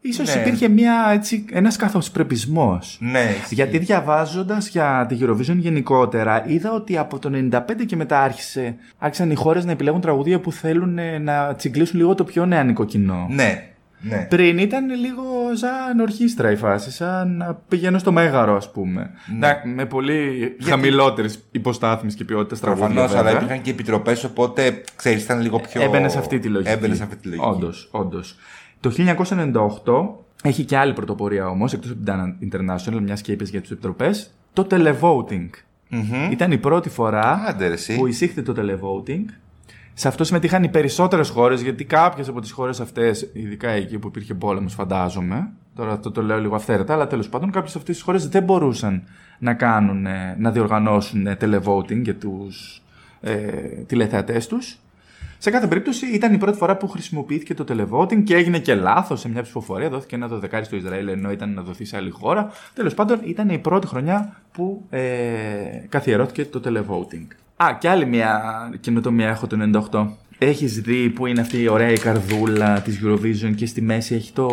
Ίσως Ναι. υπήρχε μια, έτσι, ένας καθοσπρεπισμός. Ναι, Γιατί διαβάζοντας για τη Eurovision γενικότερα, είδα ότι από το 95 και μετά άρχισε, άρχισαν οι χώρες να επιλέγουν τραγουδία που θέλουν ε, να τσιγκλίσουν λίγο το πιο νεανικό κοινό. ναι, ναι. Πριν ήταν λίγο σαν ορχήστρα η φάση, σαν να πηγαίνω στο μέγαρο, ας πούμε. Ναι. Να- με πολύ χαμηλότερες υποστάθμιες και ποιότητες τραγούδια. Προφανώ, αλλά βέβαια. υπήρχαν και επιτροπές, οπότε ξέρεις, ήταν λίγο πιο. Έμπαινε σε αυτή τη λογική. Έμπαινε σε αυτή τη λογική. Όντως, όντως. Το 1998 έχει και άλλη πρωτοπορία όμως, εκτός από την Dana International, μιας και είπες για τις επιτροπές. το televoting. Ήταν η πρώτη φορά Άντε, ρε, εσύ. που εισήχθη το televoting. Σε αυτό συμμετείχαν οι περισσότερες χώρες, γιατί κάποιες από τις χώρες αυτές, ειδικά εκεί που υπήρχε πόλεμος, φαντάζομαι. Τώρα αυτό το λέω λίγο αυθαίρετα, αλλά τέλος πάντων κάποιες αυτές τις χώρες δεν μπορούσαν να κάνουν, ε, να διοργανώσουν ε, televoting για τους ε, τηλεθεατές τους. Σε κάθε περίπτωση ήταν η πρώτη φορά που χρησιμοποιήθηκε το televoting και έγινε και λάθος σε μια ψηφοφορία. Δόθηκε ένα δωδεκάρι στο Ισραήλ ενώ ήταν να δοθεί σε άλλη χώρα. Τέλος πάντων, ήταν η πρώτη χρονιά που ε, καθιερώθηκε το televoting. Α, και άλλη μια καινοτομία έχω το 98. Έχεις δει που είναι αυτή η ωραία η καρδούλα της Eurovision και στη μέση έχει το,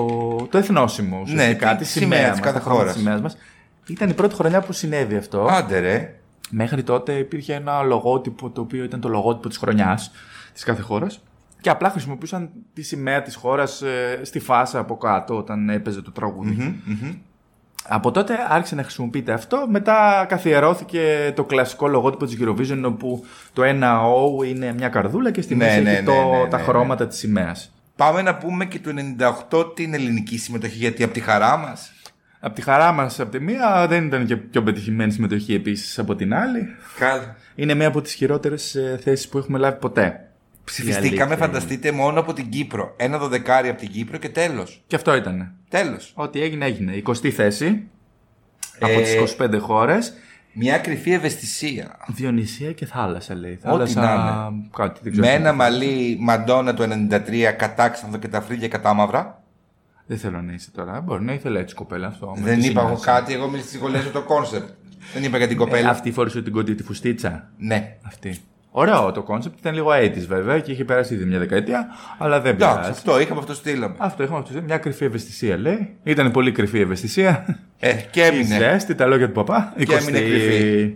το εθνόσημο. ουσιαστικά, τι τη Ναι, σημαία σημαία της μας, κάθε τα χρώματα της χώρας. σημαίας μας. Ήταν η πρώτη χρονιά που συνέβη αυτό. Άντε, ρε. Μέχρι τότε υπήρχε ένα λογότυπο το οποίο ήταν το λογότυπο της χρονιάς της κάθε χώρας και απλά χρησιμοποιούσαν τη σημαία της χώρας ε, στη φάσα από κάτω όταν έπαιζε το τραγουδι Από τότε άρχισε να χρησιμοποιείται αυτό, μετά καθιερώθηκε το κλασικό λογότυπο της Eurovision όπου το ένα O είναι μια καρδούλα και στη Ναι, μέση ναι, έχει ναι, το, ναι, ναι, τα ναι. χρώματα της σημαίας. Πάμε να πούμε και του 98 την ελληνική συμμετοχή, γιατί από τη χαρά μας. Από τη χαρά μας από τη μία δεν ήταν και πιο πετυχημένη συμμετοχή επίσης από την άλλη. Είναι μία από τις χειρότερες ε, θέσεις που έχουμε λάβει ποτέ. Ψηφιστήκαμε, αλήθεια φανταστείτε, μόνο από την Κύπρο. Ένα δωδεκάρι από την Κύπρο και τέλος. Και αυτό ήταν. Τέλος. Ό,τι έγινε, έγινε. 20η θέση από Ε, τις 25 χώρες. Μια κρυφή ευαισθησία. Διονυσία και θάλασσα, λέει. Θάλασσα, να κάτι, δεν ξέρω. Με ένα μαλλί μαντόνα του 93 κατάξανθο και τα φρύδια κατάμαυρα. Δεν θέλω να είσαι τώρα. Μπορεί να ήθελε έτσι κοπέλα αυτό. με Δεν τη είπα εγώ σύγκριση. κάτι, εγώ μίλησα στη κολλέζα το κόνσεπτ. Δεν είπα για την Ε, κοπέλα. αυτή φορούσε την κοντή τη φουστίτσα. Ναι. Αυτή. Ωραίο το κόνσεπτ. Ήταν λίγο αίτης βέβαια και είχε περάσει ήδη μια δεκαετία, αλλά δεν Εντάξει, πειράζει. αυτό είχαμε, αυτό στείλαμε. Αυτό είχαμε αυτό. Μια κρυφή ευαισθησία λέει. Ήταν πολύ κρυφή ευαισθησία. Ε, και Η έμεινε. ζέστη, τα λόγια του παπά. Και έμεινε 20η. κρυφή.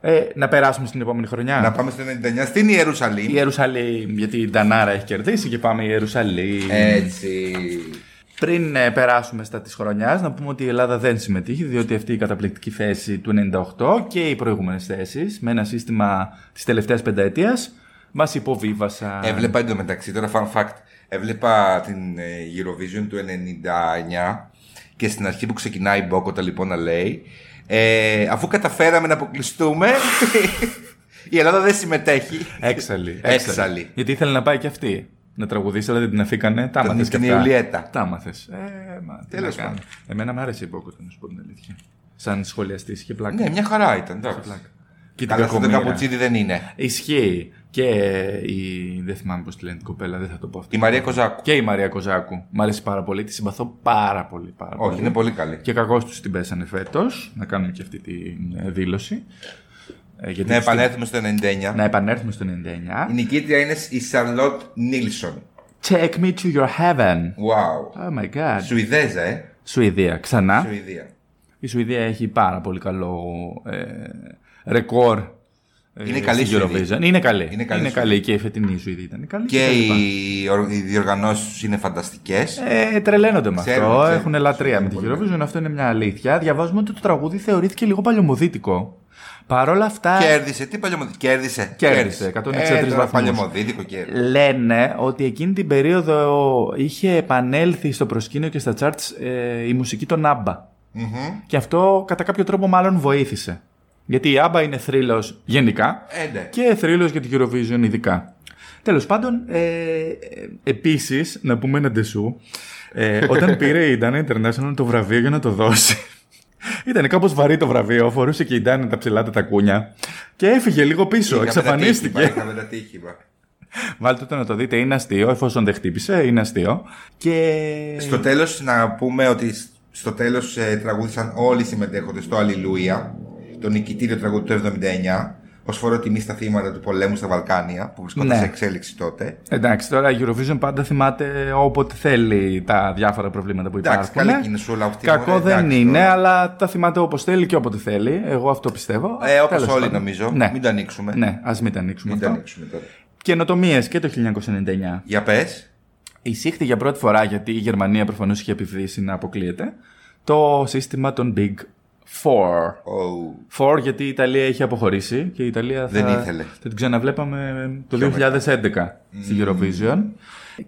Ε, να περάσουμε στην επόμενη χρονιά. Να πάμε στο 99 στην Η Ιερουσαλήμ. Ιερουσαλήμ, γιατί η Ντανάρα έχει κερδίσει και πάμε η Ιερουσαλήμ. Ε, Έτσι. Πριν ε, περάσουμε στα της χρονιάς, να πούμε ότι η Ελλάδα δεν συμμετείχε, διότι αυτή η καταπληκτική θέση του 98 και οι προηγούμενες θέσεις, με ένα σύστημα της τελευταίας πενταετίας, μας υποβίβασαν. Έβλεπα εντωμεταξύ, τώρα fun fact. Έβλεπα την ε, Eurovision του 99 και στην αρχή που ξεκινάει η Μπόκοτα λοιπόν να λέει ε, αφού καταφέραμε να αποκλειστούμε η Ελλάδα δεν συμμετέχει. Έξαλλη. Έξαλλη. Γιατί ήθελε να πάει και αυτή να τραγουδήσει, αλλά δεν την αφήκανε. Τα μάθες και την αυτά. Ιουλιέτα. Τα μάθες. Ε, μα, τι Τέλος να κάνω. πάντων. Εμένα μου άρεσε η Μπόκοτα, να σου πω την αλήθεια. Σαν σχολιαστής είχε πλάκα. Ναι, μια χαρά ήταν. Εντάξει. Ε, Και την Καλά, αυτό το κακομοίρα. καπουτσίδι δεν είναι. Ισχύει. Και η. Δεν θυμάμαι πώς τη λένε την κοπέλα, δεν θα το πω αυτό. Η Μαρία Κοζάκου. Και η Μαρία Κοζάκου. Μ' αρέσει πάρα πολύ, τη συμπαθώ πάρα πολύ. Πάρα Όχι, είναι πολύ καλή. Και κακώς τους την πέσανε φέτος. Να κάνουμε και αυτή τη δήλωση. Ε, γιατί Να τους την- επανέλθουμε στο 99. να επανέλθουμε στο 99. Η νικήτρια είναι η Σαρλότ Νίλσον. Take me to your heaven. Wow. Oh my god. Σουηδέζα, ε. Σουηδία, ξανά. Σουηδία. Η Σουηδία έχει πάρα πολύ καλό ε, ρεκόρ. ε, Είναι καλή στην Σουηδία. Eurovision. Είναι καλή. Είναι καλή και η φετινή Σουηδία ήταν καλή. Και τα λοιπά. οι, οργ- οι διοργανώσεις του είναι φανταστικές. Ε, τρελαίνονται με Ξέρουμε, αυτό. ξέρουμε. Έχουν λατρεία με την Eurovision. Αυτό είναι μια αλήθεια. Διαβάζουμε ότι το τραγούδι θεωρήθηκε λίγο παλιωμοδίτικο. Παρ' όλα αυτά. Κέρδισε. Τι παλιωμοδίτικο. Κέρδισε. Ε, Κέρδισε, 163 τώρα βαθμούς. Παλιωμοδίτικο κέρδισε. Λένε ότι εκείνη την περίοδο είχε επανέλθει στο προσκήνιο και στα charts ε, η μουσική των ABBA. Μμμ. Και αυτό κατά κάποιο τρόπο μάλλον βοήθησε. Γιατί η ABBA είναι θρύλος γενικά Ε, ναι. και θρύλος για την Eurovision ειδικά. Τέλος πάντων, ε, επίσης, να πούμε ένα ντεσού, ε, όταν πήρε η Dana International το βραβείο για να το δώσει, ήταν κάπως βαρύ το βραβείο, φορούσε και η Dana τα ψηλά τα τακούνια και έφυγε λίγο πίσω, Είχαμε τα τύχημα, εξαφανίστηκε. Είχαμε τα τύχημα. Βάλτε το να το δείτε, είναι αστείο, εφόσον δεν χτύπησε, είναι αστείο. Και... Στο τέλος, να πούμε ότι σ- στο τέλος τραγούδισαν όλοι οι συμμετέχοντες στο Αλληλούια, το νικητήριο τραγούδι του 79, ω φορό τιμή στα θύματα του πολέμου στα Βαλκάνια, που βρισκόταν Ναι. σε εξέλιξη τότε. Εντάξει, τώρα η Eurovision πάντα θυμάται όποτε θέλει τα διάφορα προβλήματα που Εντάξει, υπάρχουν. καλή κινησούλα αυτή. Κακό μωρέ, δεν εντάξει, είναι, τώρα. αλλά τα θυμάται όπως θέλει και όποτε θέλει. Εγώ αυτό πιστεύω. Ε, Τέλος Όπω όλοι πάντων. νομίζω. Ναι, Μην το ανοίξουμε. ναι ας μην τα ανοίξουμε Μην το αυτό. ανοίξουμε τώρα. Καινοτομίες και το 1999. Για πες. Εισήχθη για πρώτη φορά, γιατί η Γερμανία προφανώς είχε επιβρήσει να αποκλείεται, το σύστημα των Big Four. Four γιατί η Ιταλία είχε αποχωρήσει και η Ιταλία θα, Δεν ήθελε. θα την ξαναβλέπαμε το 2011 στη Eurovision.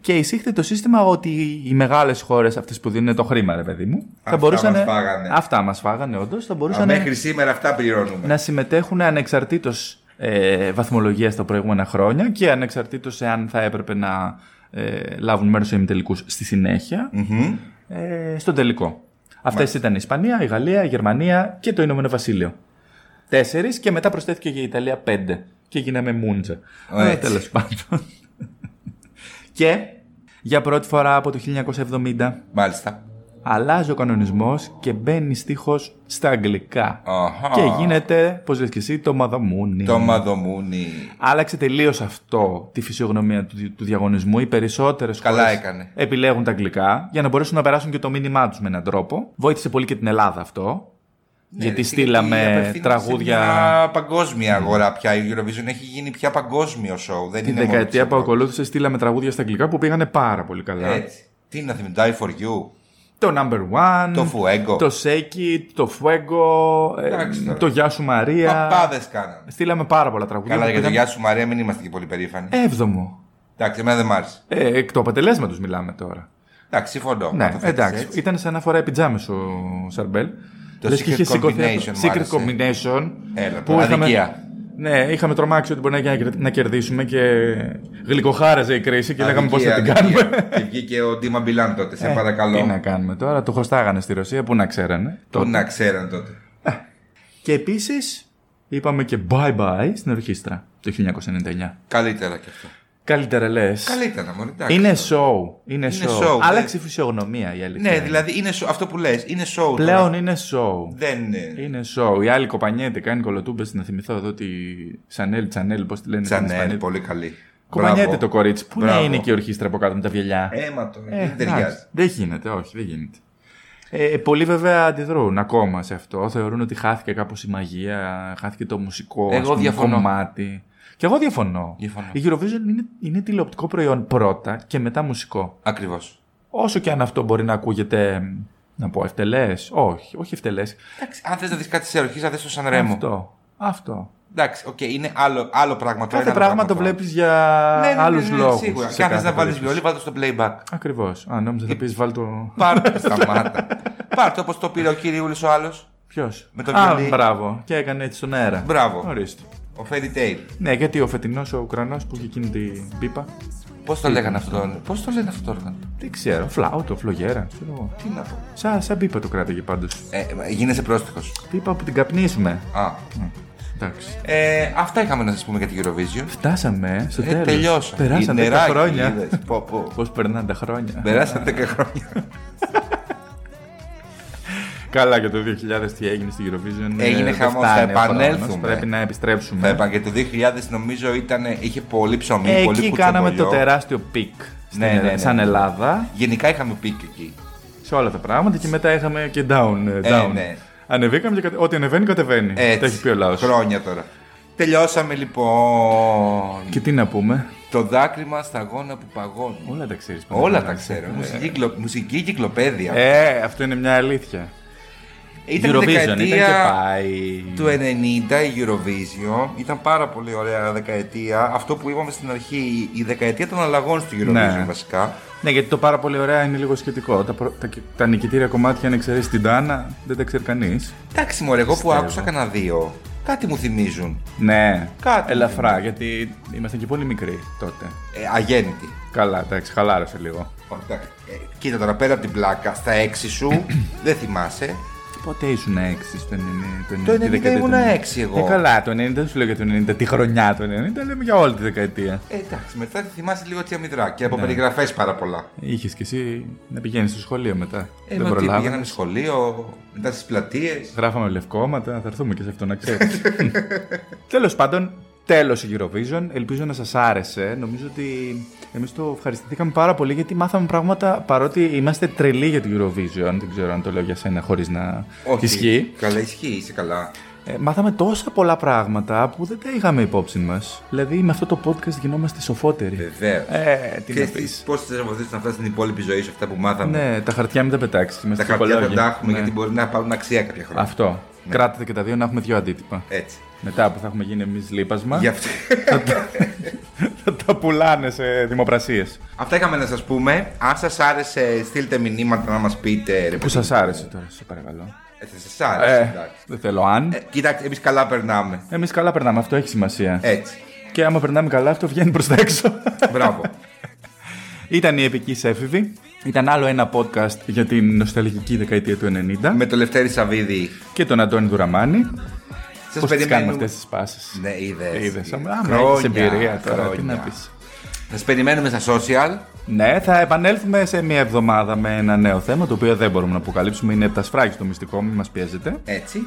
Και εισήχθη το σύστημα ότι οι μεγάλες χώρες, αυτές που δίνουν το χρήμα, ρε παιδί μου, Αυτά μας φάγανε. Αυτά μας φάγανε, όντως. Θα Α, μπορούσαν Μέχρι σήμερα αυτά πληρώνουμε. να συμμετέχουν ανεξαρτήτως ε, βαθμολογίας τα προηγούμενα χρόνια και ανεξαρτήτως εάν θα έπρεπε να ε, λάβουν μέρος σε ημιτελικούς στη συνέχεια Μμμ. ε, στον τελικό. Αυτές ήταν η Ισπανία, η Γαλλία, η Γερμανία και το Ηνωμένο Βασίλειο. Τέσσερις και μετά προσθέθηκε και η Ιταλία πέντε. Και γίναμε μούντζα. Ω, έτσι. Τέλος πάντων. και για πρώτη φορά από το 1970 Μάλιστα. αλλάζει ο κανονισμός και μπαίνει στίχος στα αγγλικά. Αχα. Και γίνεται, πώς λες και εσύ, το μαδαμούνι. Το μαδομούνι. Άλλαξε τελείως αυτό τη φυσιογνωμία του, του διαγωνισμού. Οι περισσότερες Καλά χώρες έκανε. επιλέγουν τα αγγλικά για να μπορέσουν να περάσουν και το μήνυμά τους με έναν τρόπο. Βοήθησε πολύ και την Ελλάδα αυτό. Ναι, γιατί στείλαμε απευθύνεται τραγούδια. σε μια παγκόσμια αγορά πια. Η Eurovision έχει γίνει πια παγκόσμιο σοου. Δεν Ναι. Την είναι μόνο της δεκαετία που Ευρώπης. ακολούθησε, στείλαμε τραγούδια στα αγγλικά που πήγανε πάρα πολύ καλά. Έτσι. Τι να θυμηθεί, Die for You. Το number one. Το Fuego. Το Σέκι, το Fuego. ε, Εντάξει τώρα. το Γεια σου Μαρία. Παπάδες κάνανε. Στείλαμε πάρα πολλά τραγούδια. Καλά, που για το ήταν γεια σου Μαρία, μην είμαστε και πολύ περήφανοι. Ε. Έβδομο. Εντάξει, εμένα δεν μ' άρεσε. Ε, εκ του αποτελέσματος μιλάμε τώρα. Εντάξει, συμφωνώ. Να Ναι, το θέτεις εντάξει. έτσι. Ήταν σαν να φοράει πιτζάμες ο Σαρμπέλ. Το Λες και Secret είχε σηκωθεί Combination, από- μ' άρεσε. Secret Combination. Έλα, τώρα, αδικία. Ναι, είχαμε τρομάξει ότι μπορεί να, να κερδίσουμε και γλυκοχάραζε η κρίση και λέγαμε πώς θα την Αδικία, κάνουμε. Ε, αδικία. Και βγήκε ο Ντίμα Μπιλάν τότε, σε Τι να παρακαλώ. κάνουμε τώρα, το χωστάγανε στη Ρωσία, πού να ξέρανε. Πού τότε. να ξέραν τότε. Και επίσης είπαμε και bye bye στην ορχήστρα το 1999. Καλύτερα κι αυτό. Καλύτερα λες. Καλύτερα, μόνο εντάξει. Είναι show. Είναι show, show. ναι. Άλλαξε η φυσιογνωμία η αλήθεια. Ναι, είναι. δηλαδή είναι show- αυτό που λες. Είναι show. τώρα. Πλέον είναι show. Δεν είναι. Είναι show. Η άλλη κοπανιέται, κάνει κολοτούμπες. Να θυμηθώ εδώ τη Σανέλ, Τσανέλ, πώς τη λένε. στην Τσανέλ, Ισπανία. πολύ καλή. Κοπανιέται Μπράβο. το κορίτσι. Πού να Μπράβο. είναι και η ορχήστρα από κάτω με τα βιελιά. Έμα το. Ε, Δεν εντάξει. ταιριάζει. δεν γίνεται, όχι, δεν γίνεται. Ε, πολλοί βέβαια αντιδρούν ακόμα σε αυτό. Θεωρούν ότι χάθηκε κάπως η μαγεία, χάθηκε το μουσικό Εγώ ας πούμε, διαφωνώ. κομμάτι. Και εγώ διαφωνώ. Διαφωνώ. Η Eurovision είναι, είναι τηλεοπτικό προϊόν πρώτα και μετά μουσικό. Ακριβώς. Όσο και αν αυτό μπορεί να ακούγεται, μ, να πω, ευτελές. Όχι, όχι ευτελές. Αν θες να δεις κάτι σε αρχή, θα δεις το Σαν Ρέμο. Αυτό. Αυτό. Εντάξει, οκ, είναι άλλο, άλλο πράγμα τώρα. Κάθε είναι άλλο πράγμα το τώρα. βλέπεις για Ναι, ναι, ναι, άλλου ναι, ναι, λόγους. Σίγουρα. Και αν θες να βάλει βιολί, βάλτε στο playback. Ακριβώς. Αν νόμιζα θα πει, βάλει το. Πάρτε, σταμάτα. Πάρτε όπως το πήρε ο κύριο ο άλλος. Ποιος. Με το Α, βιολί. μπράβο. Και έκανε έτσι στον αέρα. Μπράβο. Ορίστε. Ο Fairy Tail. Ναι, γιατί ο φετινός ο Ουκρανός που είχε εκείνη την πίπα. Πώς το λέγανε αυτό το όργανο. Πώς το λένε αυτό το όργανο. Δεν ξέρω. Φλάουτο, φλογέρα. Ξέρω εγώ. Τι να πω. Σαν, σαν πίπα το κράτηγε πάντως. Ε, γίνεσαι πρόστιχος. Πίπα που την καπνίσουμε. Α. Εντάξει. Ε, αυτά είχαμε να σας πούμε για την Eurovision. Φτάσαμε στο Ε, τέλος. τελειώσαμε. Περάσαν Η 10 νεράκι, Ναι. χρόνια. είδες. Πω, πω. Πώς περνάνε τα χρόνια. Περάσαν 10 χρόνια. Καλά για το 2000 τι έγινε στην Eurovision. Έγινε ε, δεν χαμός, θα φτάνει ο χρόνος. επανέλθουμε. Πρέπει να Θα επιστρέψουμε. είπα και το 2000 νομίζω ήταν, είχε πολύ ψωμί, Ε, πολύ Εκεί κάναμε το κουτσομπολιό. τεράστιο πικ. στην Ναι, ναι, Ελλάδα, ναι. Σαν Ελλάδα, Γενικά είχαμε πικ εκεί. σε όλα τα πράγματα και μετά είχαμε και down. ε, Ε, down. ναι. Ανεβήκαμε και κατε... ό,τι ανεβαίνει, κατεβαίνει. Έτσι. Τα έχει πει ο λαός. Χρόνια τώρα. Τελειώσαμε λοιπόν. Και τι να πούμε, Το δάκρυ μα στα γόνα που παγώνουν. όλα τα ξέρεις. Όλα τα ξέρω. ε. Μουσική, κυκλο- μουσική κυκλοπαίδεια. Ε, αυτό είναι μια αλήθεια. ήταν η Eurovision ήταν και δεκαετία πάει. του 90 η Eurovision. Ήταν πάρα πολύ ωραία δεκαετία. Αυτό που είπαμε στην αρχή, η δεκαετία των αλλαγών στο Eurovision Ναι. βασικά. Ναι, γιατί το πάρα πολύ ωραία είναι λίγο σχετικό. Τα, προ... τα... τα νικητήρια κομμάτια, αν εξαιρέσει την Τάνα, δεν τα ξέρει κανείς. Εντάξει, μωρέ, εγώ που Πιστεύω. άκουσα κανένα δύο, κάτι μου θυμίζουν. Ναι, Κάτι. ελαφρά, γιατί ήμασταν και πολύ μικροί τότε. Ε, αγέννητη. Καλά, εντάξει, χαλάρωσε λίγο. Ωραία. Ε, κοίτα τώρα, πέρα από την πλάκα, στα έξι σου, δεν θυμάσαι. Πότε ήσουν 6 στο 90, Το 90 τη δεκαετία ήμουν του 90. έξι εγώ. Ε, καλά, το 90 δεν σου λέω για το 90, τη χρονιά του 90, λέμε για όλη τη δεκαετία. Ε, εντάξει, μετά θυμάσαι λίγο τσιαμιδρά και Ναι. από περιγραφές πάρα πολλά. Είχες κι εσύ να πηγαίνεις στο σχολείο μετά. Ε, δεν μα τι, προλάβαμε. πήγαμε σχολείο, μετά στις πλατείες. Γράφαμε λευκόματα, θα έρθουμε και σε αυτό να ξέρεις. Τέλος πάντων, τέλος η Eurovision. Ελπίζω να σας άρεσε. Νομίζω ότι εμείς το ευχαριστηθήκαμε πάρα πολύ γιατί μάθαμε πράγματα παρότι είμαστε τρελοί για την Eurovision. Δεν ξέρω αν το λέω για σένα χωρίς να ισχύει. Καλά, ισχύει, είσαι καλά. Ε, μάθαμε τόσα πολλά πράγματα που δεν τα είχαμε υπόψη μας. Δηλαδή, με αυτό το podcast γινόμαστε σοφότεροι. Βεβαίως. Ε, τι να Και πεις. πώς θα σε βοηθήσει να φτάσει στην υπόλοιπη ζωή σου αυτά που μάθαμε. Ναι, τα χαρτιά μην τα πετάξεις. Τα χαρτιά δεν τα έχουμε γιατί Ναι. μπορεί να πάρουν αξία κάποια χρόνια. Ναι. Αυτό. Κράτατε και τα δύο να έχουμε δύο αντίτυπα. Έτσι. Μετά που θα έχουμε γίνει εμείς λείπασμα. Γι' αυτό. θα τα πουλάνε σε δημοπρασίες. Αυτά είχαμε να σας πούμε. Αν σας άρεσε, στείλτε μηνύματα να μας πείτε. ρε Που παιδί σας άρεσε τώρα, σε παρακαλώ. Ε, θα σας άρεσε, Ε, εντάξει. δεν θέλω αν. Ε, κοιτάξτε, εμείς καλά περνάμε. Εμείς καλά περνάμε, αυτό έχει σημασία. Έτσι. Και άμα περνάμε καλά, αυτό βγαίνει προς τα έξω. Μπράβο. Ήταν η Επική Έφηβη. Ήταν άλλο ένα podcast για την νοσταλγική δεκαετία του 90 Με το Λευτέρη Σαββίδη. και τον Αντώνη Δουραμάνη. Σας Πώς τις κάνουμε Ε, περιμένουμε. αυτές τις πάσει. Ναι, είδες. Είδες. Άμα έχεις εμπειρία τώρα, τι να πεις. Σας περιμένουμε στα social. Ναι, θα επανέλθουμε σε μια εβδομάδα με ένα νέο θέμα το οποίο δεν μπορούμε να αποκαλύψουμε. Είναι τα σφράγια στο μυστικό, μην μας πιέζετε. Έτσι.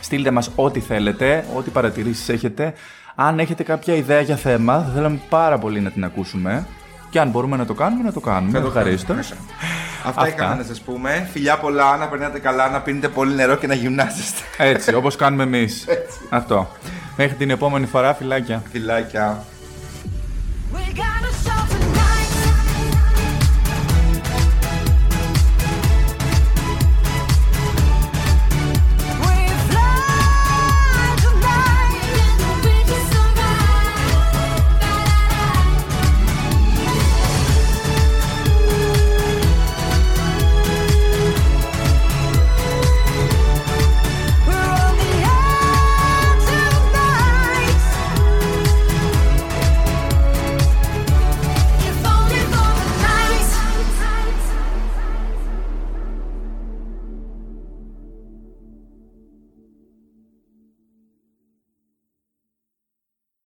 Στείλτε μας ό,τι θέλετε, ό,τι παρατηρήσεις έχετε. Αν έχετε κάποια ιδέα για θέμα, θα θέλαμε πάρα πολύ να την ακούσουμε. Και αν μπορούμε να το κάνουμε, να το κάνουμε. Θα το Ευχαρίστω. κάνουμε. Αυτά είχαμε να σα πούμε. Φιλιά πολλά, να περνάτε καλά, να πίνετε πολύ νερό και να γυμνάζεστε. Έτσι, όπως κάνουμε εμείς. Αυτό. Μέχρι την επόμενη φορά, φυλάκια. Φιλάκια. We got a show tonight.